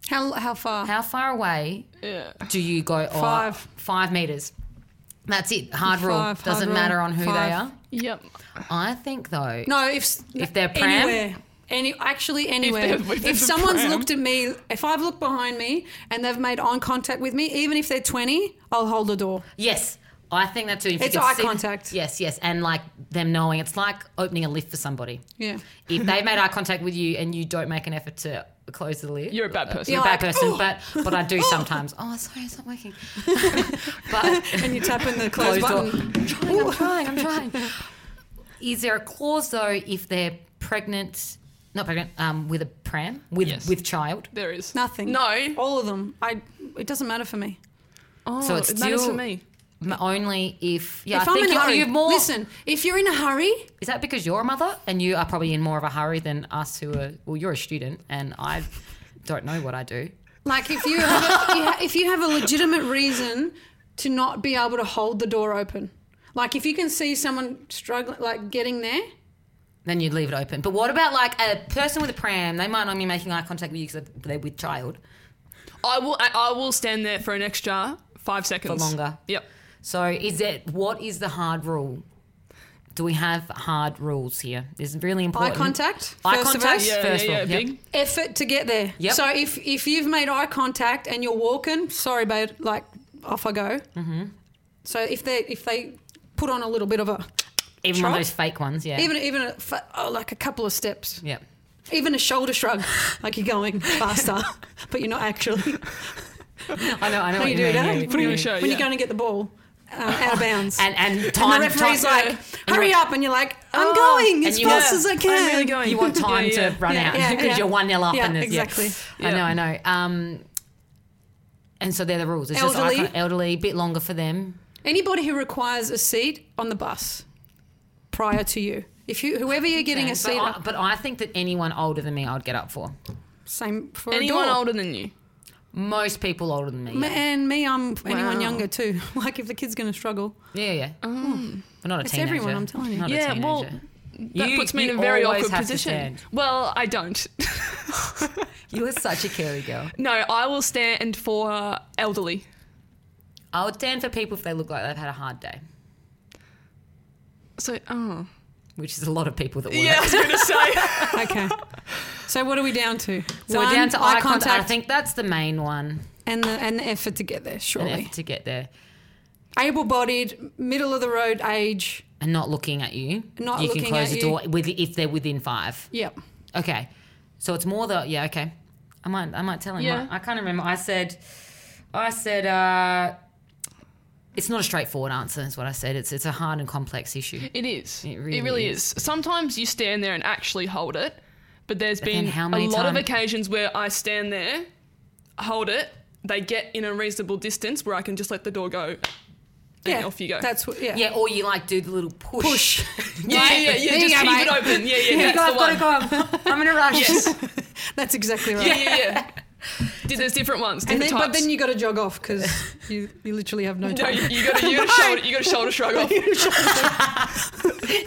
[SPEAKER 3] How how far?
[SPEAKER 1] How far away
[SPEAKER 2] Yeah.
[SPEAKER 1] do you go? Or
[SPEAKER 3] Five.
[SPEAKER 1] Five meters. That's it. Hard rule.
[SPEAKER 3] Five, hard
[SPEAKER 1] Doesn't
[SPEAKER 3] rule.
[SPEAKER 1] matter on who
[SPEAKER 3] Five.
[SPEAKER 1] they are.
[SPEAKER 2] Yep.
[SPEAKER 1] I think though.
[SPEAKER 3] no, if
[SPEAKER 1] If they're pram?
[SPEAKER 3] anywhere. Any, actually, anywhere.
[SPEAKER 2] they're- if
[SPEAKER 3] If,
[SPEAKER 2] there's a
[SPEAKER 3] someone's
[SPEAKER 2] pram.
[SPEAKER 3] looked at me, if I've looked behind me and they've made eye contact with me, even if they're 20, I'll hold the door.
[SPEAKER 1] Yes, I think that too. If you
[SPEAKER 3] It's
[SPEAKER 1] can
[SPEAKER 3] eye
[SPEAKER 1] see-
[SPEAKER 3] contact.
[SPEAKER 1] Yes, yes, and like them knowing it's like opening a lift for somebody.
[SPEAKER 3] Yeah.
[SPEAKER 1] If they've made eye contact with you and you don't make an effort to close the lid,
[SPEAKER 2] You're a bad person.
[SPEAKER 1] you're a
[SPEAKER 3] You're
[SPEAKER 1] bad
[SPEAKER 3] like,
[SPEAKER 1] person.
[SPEAKER 3] "Oh."
[SPEAKER 1] But but I do sometimes. Oh, sorry, it's not working. but
[SPEAKER 3] And you tap in the close
[SPEAKER 1] closed door.
[SPEAKER 3] button.
[SPEAKER 1] I'm trying. I'm trying. I'm trying. Is there a clause though if they're pregnant? Not pregnant. Um, with a pram with
[SPEAKER 2] Yes.
[SPEAKER 1] with child.
[SPEAKER 2] There is.
[SPEAKER 3] Nothing.
[SPEAKER 2] No.
[SPEAKER 3] All of them. I. It doesn't matter for me.
[SPEAKER 2] Oh,
[SPEAKER 1] So it's
[SPEAKER 2] it matters for
[SPEAKER 1] still-
[SPEAKER 2] me.
[SPEAKER 1] M- Only if yeah.
[SPEAKER 3] if
[SPEAKER 1] I
[SPEAKER 3] I'm
[SPEAKER 1] think
[SPEAKER 3] in a
[SPEAKER 1] you're,
[SPEAKER 3] hurry,
[SPEAKER 1] you're more.
[SPEAKER 3] listen. If you're in a hurry,
[SPEAKER 1] Is that because you're a mother and you are probably in more of a hurry than us who are? Well, you're a student and I don't know what I do.
[SPEAKER 3] like if you, have a, you ha- if you have a legitimate reason to not be able to hold the door open, like if you can see someone struggling, like getting there,
[SPEAKER 1] Then you leave it open. But what about like a person with a pram? They might not be making eye contact with you because they're with child.
[SPEAKER 2] I will. I, I will stand there for an extra five seconds.
[SPEAKER 1] longer.
[SPEAKER 2] Yep.
[SPEAKER 1] So is it what is the hard rule? Do we have hard rules here? This is really
[SPEAKER 3] eye
[SPEAKER 1] important.
[SPEAKER 3] contact.
[SPEAKER 1] Eye
[SPEAKER 3] first
[SPEAKER 1] contact,
[SPEAKER 3] of all,
[SPEAKER 2] Yeah.
[SPEAKER 1] First
[SPEAKER 2] yeah.
[SPEAKER 1] rule,
[SPEAKER 2] yeah,
[SPEAKER 1] yep.
[SPEAKER 2] Big.
[SPEAKER 3] effort to get there.
[SPEAKER 1] Yep.
[SPEAKER 3] So if if you've made eye contact and you're walking, sorry, babe, like off I go. Mm-hmm. So if they if they put on a little bit of a
[SPEAKER 1] Even one of
[SPEAKER 3] Trot?
[SPEAKER 1] those fake ones, yeah.
[SPEAKER 3] even even a, fa- oh, like a couple of steps.
[SPEAKER 1] yeah.
[SPEAKER 3] Even a shoulder shrug, like you're going faster, but you're not actually.
[SPEAKER 1] I know. I know
[SPEAKER 3] How
[SPEAKER 1] what
[SPEAKER 3] you
[SPEAKER 1] you
[SPEAKER 3] do
[SPEAKER 1] mean, yeah,
[SPEAKER 3] that?
[SPEAKER 1] yeah,
[SPEAKER 2] on a
[SPEAKER 1] yeah.
[SPEAKER 2] show.
[SPEAKER 3] when
[SPEAKER 2] yeah.
[SPEAKER 3] you're going to get the ball um, out of bounds.
[SPEAKER 1] And and
[SPEAKER 3] And
[SPEAKER 1] time.
[SPEAKER 3] the referee's
[SPEAKER 1] time-
[SPEAKER 3] like, hurry up, and you're like, I'm
[SPEAKER 1] Oh,
[SPEAKER 3] going
[SPEAKER 1] and
[SPEAKER 3] as
[SPEAKER 1] you
[SPEAKER 3] fast
[SPEAKER 1] know-
[SPEAKER 3] as I
[SPEAKER 1] I'm
[SPEAKER 3] can.
[SPEAKER 2] really going.
[SPEAKER 1] You want time
[SPEAKER 2] Yeah,
[SPEAKER 1] to
[SPEAKER 2] yeah.
[SPEAKER 1] run
[SPEAKER 3] Yeah,
[SPEAKER 1] out
[SPEAKER 3] yeah,
[SPEAKER 1] because
[SPEAKER 3] yeah.
[SPEAKER 1] you're one nil up.
[SPEAKER 3] Yeah,
[SPEAKER 1] and there's-
[SPEAKER 3] exactly.
[SPEAKER 1] I know,
[SPEAKER 2] Yeah.
[SPEAKER 1] I know. Um, and so they're the rules. It's
[SPEAKER 3] Elderly.
[SPEAKER 1] just icon- elderly, bit longer for them.
[SPEAKER 3] Anybody who requires a seat on the bus prior to you, if you whoever you're getting a
[SPEAKER 1] but,
[SPEAKER 3] seat,
[SPEAKER 1] I,
[SPEAKER 3] at,
[SPEAKER 1] but I think that anyone older than me, I would get up for.
[SPEAKER 3] same for
[SPEAKER 2] Anyone
[SPEAKER 3] a door.
[SPEAKER 2] older than you.
[SPEAKER 1] Most people older than me.
[SPEAKER 3] Ma-
[SPEAKER 1] Yeah,
[SPEAKER 3] And me, I'm anyone
[SPEAKER 2] Wow.
[SPEAKER 3] younger too. Like if the kid's going to struggle,
[SPEAKER 1] yeah. yeah. But not a
[SPEAKER 3] It's
[SPEAKER 1] teenager.
[SPEAKER 3] Oh. everyone, I'm telling you.
[SPEAKER 1] Not a
[SPEAKER 2] Yeah,
[SPEAKER 1] teenager.
[SPEAKER 2] well, That
[SPEAKER 1] You-
[SPEAKER 2] puts me
[SPEAKER 1] you
[SPEAKER 2] in a very
[SPEAKER 1] always
[SPEAKER 2] awkward
[SPEAKER 1] have to
[SPEAKER 2] position.
[SPEAKER 1] stand.
[SPEAKER 2] Well, I don't.
[SPEAKER 1] You are such a carey girl.
[SPEAKER 2] no, I will stand for elderly.
[SPEAKER 1] I would stand for people if they look like they've had a hard day,
[SPEAKER 2] So, oh.
[SPEAKER 1] which is a lot of people that work.
[SPEAKER 2] Yeah, I was going to say.
[SPEAKER 3] okay. So what are we down to?
[SPEAKER 1] So we're
[SPEAKER 3] One,
[SPEAKER 1] down to eye, contact. I think that's the main one.
[SPEAKER 3] and the and the effort to get there.
[SPEAKER 1] An
[SPEAKER 3] Surely,
[SPEAKER 1] effort to get there
[SPEAKER 3] able-bodied, middle of the road age.
[SPEAKER 1] and not looking at you.
[SPEAKER 3] Not
[SPEAKER 1] you
[SPEAKER 3] looking
[SPEAKER 1] can close
[SPEAKER 3] at
[SPEAKER 1] the
[SPEAKER 3] you.
[SPEAKER 1] door with if they're within five.
[SPEAKER 3] Yep.
[SPEAKER 1] Okay, so it's more the yeah. Okay, I might I might tell him.
[SPEAKER 2] Yeah.
[SPEAKER 1] I, I can't remember. I said, I said, uh, it's not a straightforward answer. Is what I said. It's it's a hard and complex issue.
[SPEAKER 2] It is.
[SPEAKER 1] It
[SPEAKER 2] It
[SPEAKER 1] really
[SPEAKER 2] really, is. Sometimes you stand there and actually hold it, but there's
[SPEAKER 1] then
[SPEAKER 2] been
[SPEAKER 1] how
[SPEAKER 2] a
[SPEAKER 1] many
[SPEAKER 2] lot of
[SPEAKER 1] times-
[SPEAKER 2] occasions where I stand there, hold it, they get in a reasonable distance where I can just let the door go and
[SPEAKER 3] Yeah.
[SPEAKER 2] off you go.
[SPEAKER 3] That's what. Yeah.
[SPEAKER 1] Yeah, or you like do the little push.
[SPEAKER 3] Push.
[SPEAKER 2] yeah, yeah, yeah,
[SPEAKER 3] There you
[SPEAKER 2] just
[SPEAKER 3] go,
[SPEAKER 2] keep
[SPEAKER 3] mate.
[SPEAKER 2] it open. Yeah, yeah,
[SPEAKER 1] Here you
[SPEAKER 2] that's
[SPEAKER 1] go,
[SPEAKER 2] the one.
[SPEAKER 1] I've got to go. I'm in a rush.
[SPEAKER 2] Yes.
[SPEAKER 3] That's exactly right.
[SPEAKER 2] yeah, yeah, yeah. Did there's different ones,
[SPEAKER 3] And
[SPEAKER 2] different
[SPEAKER 3] then,
[SPEAKER 2] types.
[SPEAKER 3] but then you got to jog off because you, you literally have no
[SPEAKER 2] no,
[SPEAKER 3] time.
[SPEAKER 2] you, you got to you got to shoulder you got to shoulder shrug off.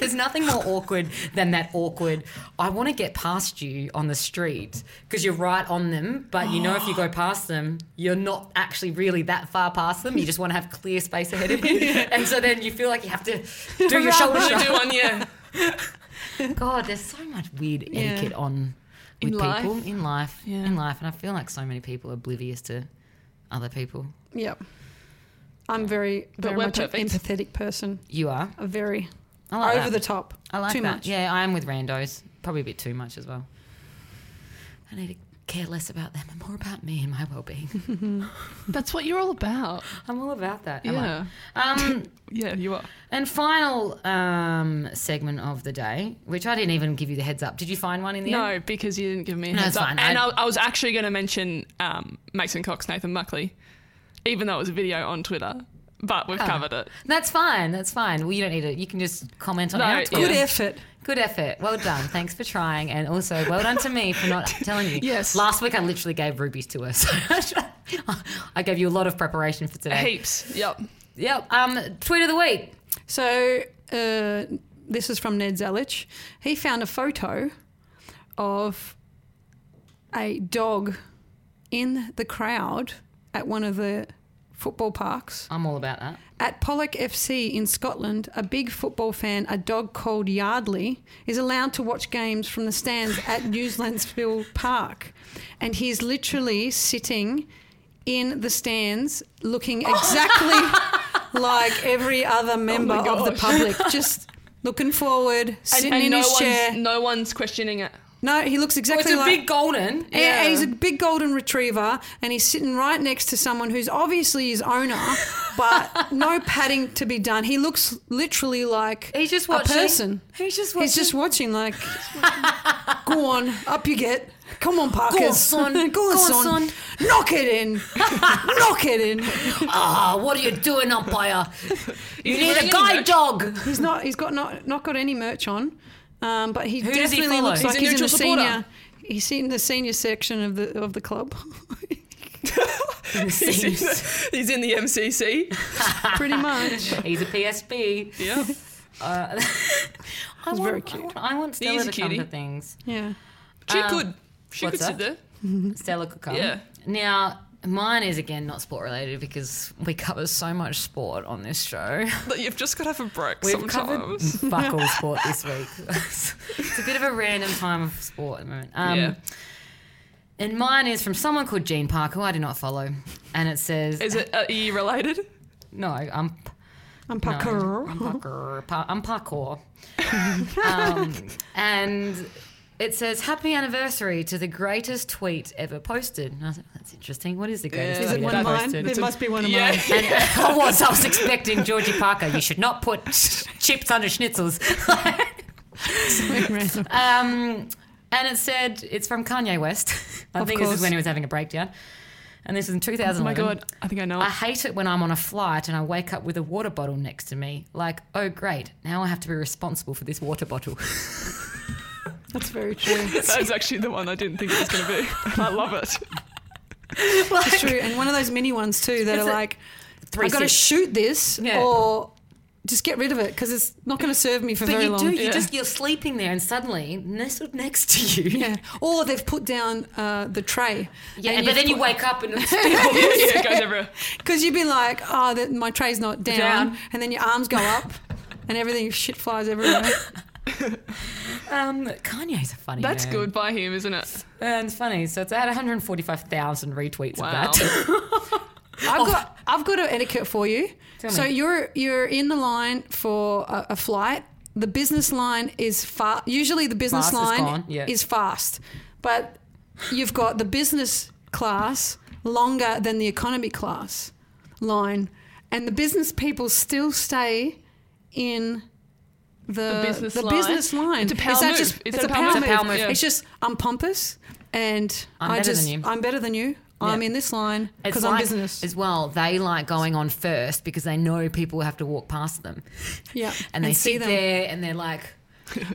[SPEAKER 1] There's nothing more awkward than that awkward. I want to get past you on the street because you're right on them, but you know if you go past them, you're not actually really that far past them. You just want to have clear space ahead of you, and so then you feel like you have to do your shoulder
[SPEAKER 2] You
[SPEAKER 1] shrug.
[SPEAKER 2] do one, yeah.
[SPEAKER 1] God, there's so much weird etiquette on with
[SPEAKER 2] In life.
[SPEAKER 1] people in life,
[SPEAKER 2] Yeah.
[SPEAKER 1] in life, and I feel like so many people are oblivious to other people.
[SPEAKER 3] Yep. I'm very, very
[SPEAKER 2] we're
[SPEAKER 3] much an
[SPEAKER 2] perfect.
[SPEAKER 3] empathetic person.
[SPEAKER 1] You are.
[SPEAKER 3] A very
[SPEAKER 1] I like that.
[SPEAKER 3] over the top.
[SPEAKER 1] I like
[SPEAKER 3] Too
[SPEAKER 1] that.
[SPEAKER 3] much.
[SPEAKER 1] Yeah, I am with randos. Probably a bit too much as well. I need to care less about them and more about me and my well-being.
[SPEAKER 2] That's what you're all about.
[SPEAKER 1] I'm all about that. am I?
[SPEAKER 2] Yeah.
[SPEAKER 1] Um,
[SPEAKER 2] Yeah, you are.
[SPEAKER 1] and final um, segment of the day, which I didn't even give you the heads up. Did you find one in the end?
[SPEAKER 2] No, because you didn't give me a
[SPEAKER 1] No,
[SPEAKER 2] heads
[SPEAKER 1] it's
[SPEAKER 2] up.
[SPEAKER 1] fine.
[SPEAKER 2] And I,
[SPEAKER 1] I-
[SPEAKER 2] I was actually going to mention um, Mason Cox, Nathan Buckley, even though it was a video on Twitter, but
[SPEAKER 1] Oh.
[SPEAKER 2] we've covered it.
[SPEAKER 1] That's fine. That's fine. Well, you don't need to. You can just comment on
[SPEAKER 2] No,
[SPEAKER 1] our
[SPEAKER 2] yeah.
[SPEAKER 1] tweet.
[SPEAKER 3] Good effort.
[SPEAKER 1] Good effort. Well done. Thanks for trying. And also, well done to me for not telling you.
[SPEAKER 2] Yes.
[SPEAKER 1] Last week, I literally gave rubies to her. So I gave you a lot of preparation for today.
[SPEAKER 2] Heaps. Yep.
[SPEAKER 1] Yep. Um, tweet of the week.
[SPEAKER 3] So uh, this is from Ned Zelich. He found a photo of a dog in the crowd at one of the football parks
[SPEAKER 1] I'm all about that.
[SPEAKER 3] at Pollock FC in Scotland. A big football fan, a dog called Yardley, is allowed to watch games from the stands at Newlandsville Park, and he's literally sitting in the stands, looking exactly like every other member of the public, just looking forward, sitting
[SPEAKER 2] Oh and
[SPEAKER 3] in
[SPEAKER 2] no,
[SPEAKER 3] his
[SPEAKER 2] one's,
[SPEAKER 3] chair.
[SPEAKER 2] no one's questioning it.
[SPEAKER 3] No, he looks
[SPEAKER 1] it's
[SPEAKER 3] exactly
[SPEAKER 1] a
[SPEAKER 3] like
[SPEAKER 1] big golden.
[SPEAKER 3] yeah. and he's a big golden retriever, and he's sitting right next to someone who's obviously his owner, but no padding to be done. He looks literally like
[SPEAKER 1] He's just watching.
[SPEAKER 3] a person.
[SPEAKER 1] He's just
[SPEAKER 3] He's just watching, like, go on, up you get. Come on, Parkers.
[SPEAKER 1] son.
[SPEAKER 3] go on,
[SPEAKER 1] Go on,
[SPEAKER 3] son.
[SPEAKER 1] son.
[SPEAKER 3] Knock it in. Knock it in.
[SPEAKER 1] Ah, what are you doing, umpire? You need a
[SPEAKER 2] really
[SPEAKER 1] guide
[SPEAKER 2] much-
[SPEAKER 1] dog.
[SPEAKER 3] He's not. He's got not not got any merch on, um, but he
[SPEAKER 1] does he
[SPEAKER 3] definitely
[SPEAKER 1] follow?
[SPEAKER 3] looks
[SPEAKER 1] He's
[SPEAKER 3] like
[SPEAKER 2] a
[SPEAKER 3] he's in the
[SPEAKER 2] neutral supporter.
[SPEAKER 3] senior. He's in the senior section of the of the club.
[SPEAKER 2] He's in the, he's in the MCC.
[SPEAKER 3] Pretty much.
[SPEAKER 1] He's a PSB.
[SPEAKER 2] Yeah.
[SPEAKER 1] Uh, I, want,
[SPEAKER 3] very
[SPEAKER 1] I
[SPEAKER 3] cute.
[SPEAKER 1] want. I want Stella to
[SPEAKER 2] a
[SPEAKER 1] come to
[SPEAKER 2] cutie.
[SPEAKER 1] things.
[SPEAKER 3] Yeah.
[SPEAKER 2] She
[SPEAKER 1] Um,
[SPEAKER 2] could. She could
[SPEAKER 1] what's
[SPEAKER 2] sit
[SPEAKER 1] that?
[SPEAKER 2] there.
[SPEAKER 1] Stella could come.
[SPEAKER 2] Yeah.
[SPEAKER 1] Now, mine is again not sport related because we cover so much sport on this show.
[SPEAKER 2] But you've just got to have a break
[SPEAKER 1] We've
[SPEAKER 2] sometimes.
[SPEAKER 1] covered fuck all sport this week. it's a bit of a random time of sport at the moment. Um,
[SPEAKER 2] yeah.
[SPEAKER 1] And mine is from someone called Gene Park, who I do not follow. And it says,
[SPEAKER 2] Is it uh, are you related?
[SPEAKER 1] no, I'm
[SPEAKER 3] I'm
[SPEAKER 1] No,
[SPEAKER 3] Parker.
[SPEAKER 1] I'm parkour. Pa- I'm parkour. um, and it says, Happy anniversary to the greatest tweet ever posted. And I was like, That's interesting. What is the greatest
[SPEAKER 2] Yeah,
[SPEAKER 3] Is
[SPEAKER 1] tweet
[SPEAKER 3] it one
[SPEAKER 1] ever
[SPEAKER 3] of mine?
[SPEAKER 1] posted?
[SPEAKER 3] It must be one of
[SPEAKER 2] Yeah.
[SPEAKER 3] mine.
[SPEAKER 1] And I was, I was expecting Georgie Parker. You should not put chips under schnitzels.
[SPEAKER 3] Random.
[SPEAKER 1] um, and it said, It's from Kanye West. I
[SPEAKER 3] Of
[SPEAKER 1] think this
[SPEAKER 3] course.
[SPEAKER 1] is when he was having a breakdown. And this is in 2011.
[SPEAKER 2] Oh my god, I think I know.
[SPEAKER 1] I
[SPEAKER 2] it.
[SPEAKER 1] hate it when I'm on a flight and I wake up with a water bottle next to me. Like, oh great, now I have to be responsible for this water bottle.
[SPEAKER 3] That's very true.
[SPEAKER 2] That's actually the one I didn't think it was going to be. I love it.
[SPEAKER 3] It's true. And one of those mini ones too that are
[SPEAKER 1] it-
[SPEAKER 3] like,
[SPEAKER 1] Three
[SPEAKER 3] I've got to
[SPEAKER 1] sips.
[SPEAKER 3] shoot this
[SPEAKER 1] Yeah.
[SPEAKER 3] or just get rid of it because it's not going to serve me for
[SPEAKER 1] But
[SPEAKER 3] very
[SPEAKER 1] you
[SPEAKER 3] long.
[SPEAKER 1] do. You
[SPEAKER 2] Yeah.
[SPEAKER 1] just you're sleeping there and suddenly nestled next to you.
[SPEAKER 3] Yeah. Or they've put down uh, the tray.
[SPEAKER 1] Yeah, but then you wake up and it's
[SPEAKER 2] yeah, it goes everywhere.
[SPEAKER 3] Because you'd be like, oh, that my tray's not down.
[SPEAKER 1] Down.
[SPEAKER 3] And then your arms go up and everything, shit flies everywhere.
[SPEAKER 1] um, Kanye's a funny.
[SPEAKER 2] That's
[SPEAKER 1] man.
[SPEAKER 2] good by him, isn't it?
[SPEAKER 1] And it's funny. So it's had 145,000 retweets
[SPEAKER 2] Wow.
[SPEAKER 1] of that.
[SPEAKER 3] I've got I've got an etiquette for you.
[SPEAKER 1] Oh. Tell
[SPEAKER 3] so
[SPEAKER 1] me.
[SPEAKER 3] you're you're in the line for a, a flight. The business line is fast. Usually, the business
[SPEAKER 1] Fast is
[SPEAKER 3] line
[SPEAKER 1] gone, yeah.
[SPEAKER 3] is fast, but you've got the business class longer than the economy class line, and the business people still stay in. The,
[SPEAKER 2] The business
[SPEAKER 3] the
[SPEAKER 2] line.
[SPEAKER 3] business line.
[SPEAKER 2] It's a power
[SPEAKER 3] Is that
[SPEAKER 2] move.
[SPEAKER 3] just-
[SPEAKER 2] It's a power move.
[SPEAKER 1] It's a power move,
[SPEAKER 2] yeah.
[SPEAKER 3] It's just I'm pompous, and
[SPEAKER 1] I'm
[SPEAKER 3] I
[SPEAKER 1] better than
[SPEAKER 3] just
[SPEAKER 1] you.
[SPEAKER 3] I'm better than you. I'm in this line
[SPEAKER 1] It's
[SPEAKER 3] because I'm
[SPEAKER 1] like-
[SPEAKER 3] business.
[SPEAKER 1] as well. They like going on first because they know people have to walk past them,
[SPEAKER 3] Yeah,
[SPEAKER 1] and they sit there and they're like.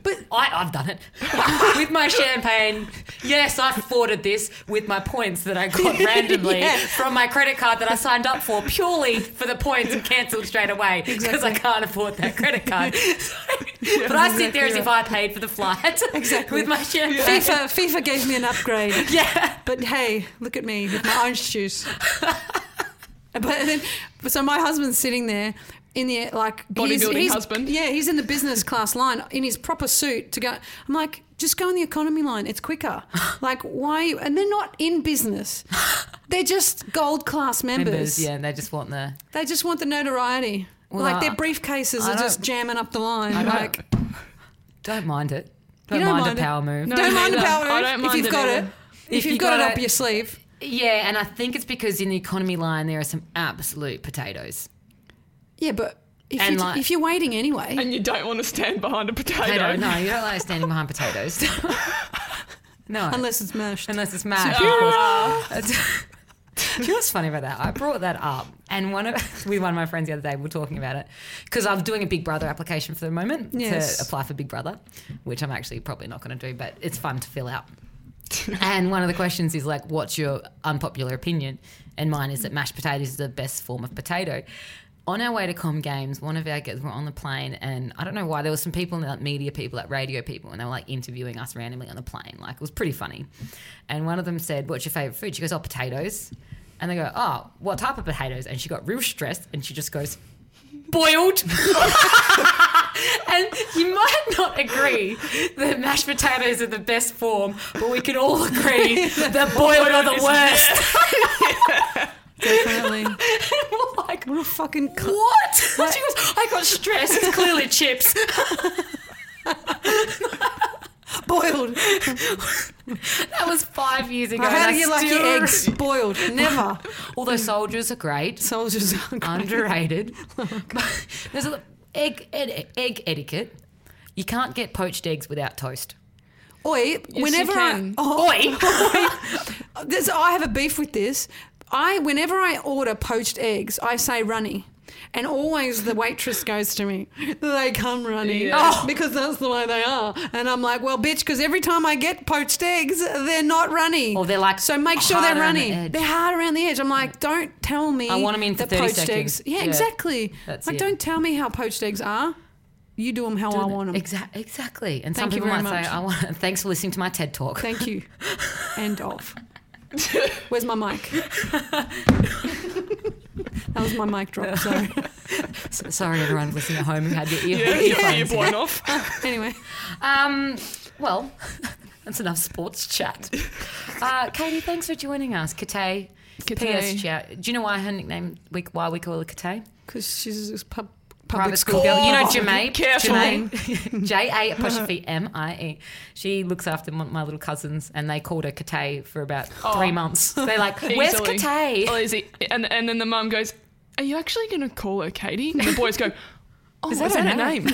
[SPEAKER 3] But
[SPEAKER 1] I, I've done it with my champagne. Yes, I forwarded this with my points that I got randomly
[SPEAKER 3] Yeah.
[SPEAKER 1] from my credit card that I signed up for purely for the points and cancelled straight away because I
[SPEAKER 3] Exactly.
[SPEAKER 1] can't afford that credit card. but I sit there as if I paid for the flight
[SPEAKER 3] Exactly.
[SPEAKER 1] with my champagne.
[SPEAKER 3] FIFA, FIFA gave me an upgrade.
[SPEAKER 1] Yeah.
[SPEAKER 3] But hey, look at me with my orange juice. but then, so my husband's sitting there in the like he's-
[SPEAKER 2] Bodybuilding
[SPEAKER 3] he's-
[SPEAKER 2] husband.
[SPEAKER 3] Yeah, he's in the business class line in his proper suit to go. I'm like, just go in the economy line. It's quicker. like, why? you- And they're not in business. They're just gold class members.
[SPEAKER 1] Members, yeah, and they just want the.
[SPEAKER 3] They just want the notoriety.
[SPEAKER 1] Well,
[SPEAKER 3] like
[SPEAKER 1] I-
[SPEAKER 3] their briefcases
[SPEAKER 1] I
[SPEAKER 3] are just
[SPEAKER 1] don't-
[SPEAKER 3] jamming up the line.
[SPEAKER 1] I don't-
[SPEAKER 3] like,
[SPEAKER 1] Don't mind it. Don't,
[SPEAKER 3] don't
[SPEAKER 1] mind,
[SPEAKER 3] mind
[SPEAKER 1] a
[SPEAKER 3] it.
[SPEAKER 1] power move.
[SPEAKER 2] No,
[SPEAKER 3] don't
[SPEAKER 2] me
[SPEAKER 3] mind the
[SPEAKER 2] neither.
[SPEAKER 3] power
[SPEAKER 2] I
[SPEAKER 3] move
[SPEAKER 2] don't
[SPEAKER 3] if
[SPEAKER 2] mind
[SPEAKER 3] you've
[SPEAKER 2] it
[SPEAKER 3] got
[SPEAKER 2] at
[SPEAKER 3] it.
[SPEAKER 2] all.
[SPEAKER 3] if you've
[SPEAKER 1] you
[SPEAKER 3] got, it
[SPEAKER 1] gotta-
[SPEAKER 3] up your sleeve.
[SPEAKER 1] Yeah, and I think it's because in the economy line there are some absolute potatoes.
[SPEAKER 3] Yeah, but if,
[SPEAKER 1] And
[SPEAKER 3] you,
[SPEAKER 1] like-
[SPEAKER 3] if you're waiting anyway,
[SPEAKER 2] And you don't want to stand behind a potato.
[SPEAKER 1] Potato, no, you don't like standing behind potatoes. no,
[SPEAKER 3] unless it's mashed.
[SPEAKER 1] unless it's mashed. of course. That's- Do you know what's funny about that? I brought that up, and one of with one of my friends the other day, we were talking about it because I'm doing a Big Brother application for the moment
[SPEAKER 3] Yes.
[SPEAKER 1] to apply for Big Brother, which I'm actually probably not going to do, but it's fun to fill out. and one of the questions is like, "What's your unpopular opinion?" And mine is that mashed potatoes is the best form of potato. On our way to Com Games, one of our guys were on the plane, and I don't know why there were some people, like media people, like radio people, and they were like interviewing us randomly on the plane. Like it was pretty funny. And one of them said, "What's your favorite food?" She goes, "Oh, potatoes." And they go, "Oh, what type of potatoes?" And she got real stressed, and she just goes, "Boiled." And you might not agree that mashed potatoes are the best form, but we can all agree that boiled are the worst.
[SPEAKER 3] Definitely.
[SPEAKER 1] We're like,
[SPEAKER 3] what a fucking cl-
[SPEAKER 1] what? She goes, I got stressed. It's clearly chips.
[SPEAKER 3] boiled.
[SPEAKER 1] That was five years ago. and
[SPEAKER 3] How
[SPEAKER 1] I
[SPEAKER 3] do you like your
[SPEAKER 1] still-
[SPEAKER 3] eggs boiled? Never.
[SPEAKER 1] Although soldiers are great,
[SPEAKER 3] Soldiers are great.
[SPEAKER 1] underrated.
[SPEAKER 3] Oh,
[SPEAKER 1] There's a egg, ed, egg etiquette. You can't get poached eggs without toast.
[SPEAKER 3] Oi, whenever I
[SPEAKER 2] can.
[SPEAKER 3] oh,
[SPEAKER 1] Oi!
[SPEAKER 3] this, I have a beef with this. I whenever I order poached eggs, I say runny. And always the waitress goes to me, they come runny. Oh.
[SPEAKER 2] Yeah.
[SPEAKER 1] Oh.
[SPEAKER 3] Because that's the way they are. And I'm like, well, bitch, because every time I get poached eggs, they're not runny.
[SPEAKER 1] Or they're like
[SPEAKER 3] so make sure they're
[SPEAKER 1] hard around the
[SPEAKER 3] runny.
[SPEAKER 1] edge.
[SPEAKER 3] they're hard around the edge. I'm like, don't tell me
[SPEAKER 1] I want 'em in for
[SPEAKER 3] that
[SPEAKER 1] 30
[SPEAKER 3] poached
[SPEAKER 1] seconds.
[SPEAKER 3] eggs. Yeah,
[SPEAKER 1] Yeah.
[SPEAKER 3] exactly.
[SPEAKER 1] That's
[SPEAKER 3] like,
[SPEAKER 1] it.
[SPEAKER 3] don't tell me how poached eggs are. You do them how I want them.
[SPEAKER 1] Exactly. Exactly. And some
[SPEAKER 3] Thank you
[SPEAKER 1] people might
[SPEAKER 3] very
[SPEAKER 1] say,
[SPEAKER 3] much.
[SPEAKER 1] "I want." Thanks for listening to my TED talk.
[SPEAKER 3] Thank you. End off. Where's my mic? that was my mic drop. Sorry.
[SPEAKER 1] Sorry, everyone listening at home who had your ear.
[SPEAKER 2] Yeah, yeah, you're
[SPEAKER 1] earphones in.
[SPEAKER 2] blown off.
[SPEAKER 3] Anyway,
[SPEAKER 1] Um, well, that's enough sports chat. Uh, Katie, thanks for joining us. Kate.
[SPEAKER 2] Kate.
[SPEAKER 1] P.S. Chat. Do you know why her nickname? we- Why we call her Kate?
[SPEAKER 2] Oh,
[SPEAKER 3] because she's a pub, public
[SPEAKER 1] Private
[SPEAKER 3] school.
[SPEAKER 1] school girl. You know Jemaine.
[SPEAKER 2] Careful.
[SPEAKER 1] Jemaine. J A apostrophe M I E. She looks after my, my little cousins, and they called her Kate for about three months. They're like, "Where's
[SPEAKER 2] Oh. Easily.
[SPEAKER 1] Kate?"
[SPEAKER 2] Well, Oh, is it- And, and then the mum goes, Are you actually going to call her Katie? And the boys go, Oh, is
[SPEAKER 1] that
[SPEAKER 2] that,
[SPEAKER 1] her
[SPEAKER 2] her name?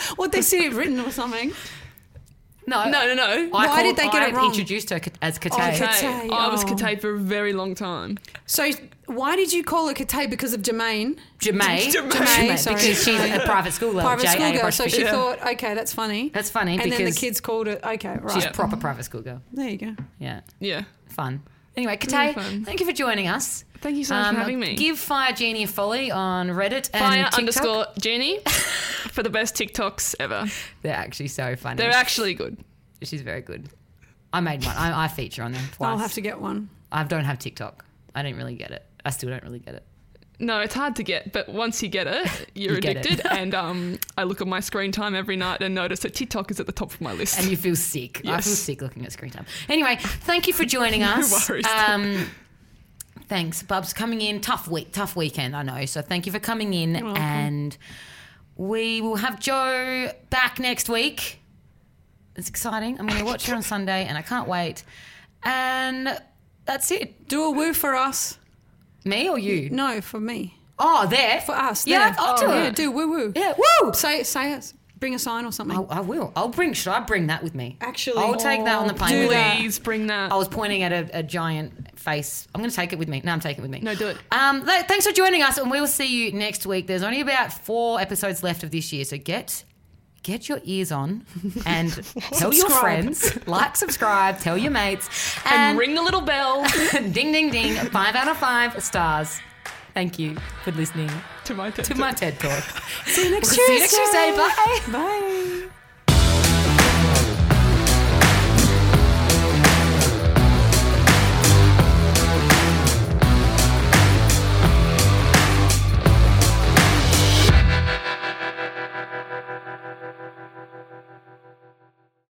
[SPEAKER 3] What they said it written or something.
[SPEAKER 1] No,
[SPEAKER 2] no, no, no.
[SPEAKER 1] I
[SPEAKER 3] Why
[SPEAKER 1] called-
[SPEAKER 3] did they get
[SPEAKER 1] I
[SPEAKER 3] it wrong?
[SPEAKER 1] Introduced her as Kate.
[SPEAKER 3] Kate.
[SPEAKER 2] Katay. I was
[SPEAKER 3] Oh.
[SPEAKER 2] Katay for a very long time.
[SPEAKER 3] So why did you call her Kate because of Jermaine?
[SPEAKER 1] Jemaine.
[SPEAKER 2] Jemaine,
[SPEAKER 3] sorry.
[SPEAKER 1] because she's a private school girl.
[SPEAKER 3] Private
[SPEAKER 1] J.A.
[SPEAKER 3] school girl. So she
[SPEAKER 1] apostrophe.
[SPEAKER 3] thought, okay, that's funny.
[SPEAKER 1] That's funny
[SPEAKER 3] And then the
[SPEAKER 1] because-
[SPEAKER 3] kids called it. Okay, right.
[SPEAKER 1] She's proper private school girl.
[SPEAKER 3] there you go.
[SPEAKER 1] Yeah,
[SPEAKER 2] Yeah.
[SPEAKER 1] fun. Anyway, Katay,
[SPEAKER 2] fun.
[SPEAKER 1] thank you for joining us.
[SPEAKER 2] Thank you so much for having me.
[SPEAKER 1] Um, Give Fire Genie a folly on Reddit and
[SPEAKER 2] Fire
[SPEAKER 1] TikTok.
[SPEAKER 2] underscore Jeannie for the best TikToks ever.
[SPEAKER 1] They're actually so funny.
[SPEAKER 2] They're actually good.
[SPEAKER 1] She's very good. I made one. I, I feature on them twice.
[SPEAKER 3] I'll have to get one.
[SPEAKER 1] I don't have TikTok. I didn't really get it. I still don't really get it.
[SPEAKER 2] No, it's hard to get, but once you get it, you're
[SPEAKER 1] You get it.
[SPEAKER 2] addicted. And um, I look at my screen time every night and notice that TikTok is at the top of my list.
[SPEAKER 1] and you feel sick. I feel
[SPEAKER 2] Yes.
[SPEAKER 1] sick looking at screen time. Anyway, thank you for joining us.
[SPEAKER 2] worries.
[SPEAKER 1] Um, thanks, Bubs, coming in. Tough week, tough weekend, I know. So thank you for coming in, and we will have Joe back next week. It's exciting. I'm going to watch her on Sunday, and I can't wait. And that's it.
[SPEAKER 3] Do a woo for us.
[SPEAKER 1] Me or you?
[SPEAKER 3] No, for me.
[SPEAKER 1] Oh, there
[SPEAKER 3] For us.
[SPEAKER 1] Yeah,
[SPEAKER 3] there.
[SPEAKER 1] I'll do
[SPEAKER 3] Oh,
[SPEAKER 1] it.
[SPEAKER 3] Yeah, do woo woo.
[SPEAKER 1] Yeah, woo!
[SPEAKER 3] Say say us. Bring a sign or something.
[SPEAKER 1] I, I will. I'll bring. Should I bring that with me?
[SPEAKER 3] Actually-
[SPEAKER 1] I'll take that on the plane.
[SPEAKER 3] do
[SPEAKER 1] with me.
[SPEAKER 3] that.
[SPEAKER 2] Please bring that.
[SPEAKER 1] I was pointing at a, a giant face. I'm going to take it with me. No, I'm taking it with me.
[SPEAKER 2] No, do it.
[SPEAKER 1] Um, th- thanks for joining us, and we will see you next week. There's only about four episodes left of this year, so get get your ears on and tell your
[SPEAKER 3] Subscribe.
[SPEAKER 1] friends, like, subscribe, tell your mates,
[SPEAKER 2] and ring the little bell
[SPEAKER 1] ding, ding, ding. Five out of five stars. Thank you for listening
[SPEAKER 2] to my
[SPEAKER 1] to my TED talk.
[SPEAKER 3] See you next
[SPEAKER 1] See you next Tuesday. Bye.
[SPEAKER 3] Bye.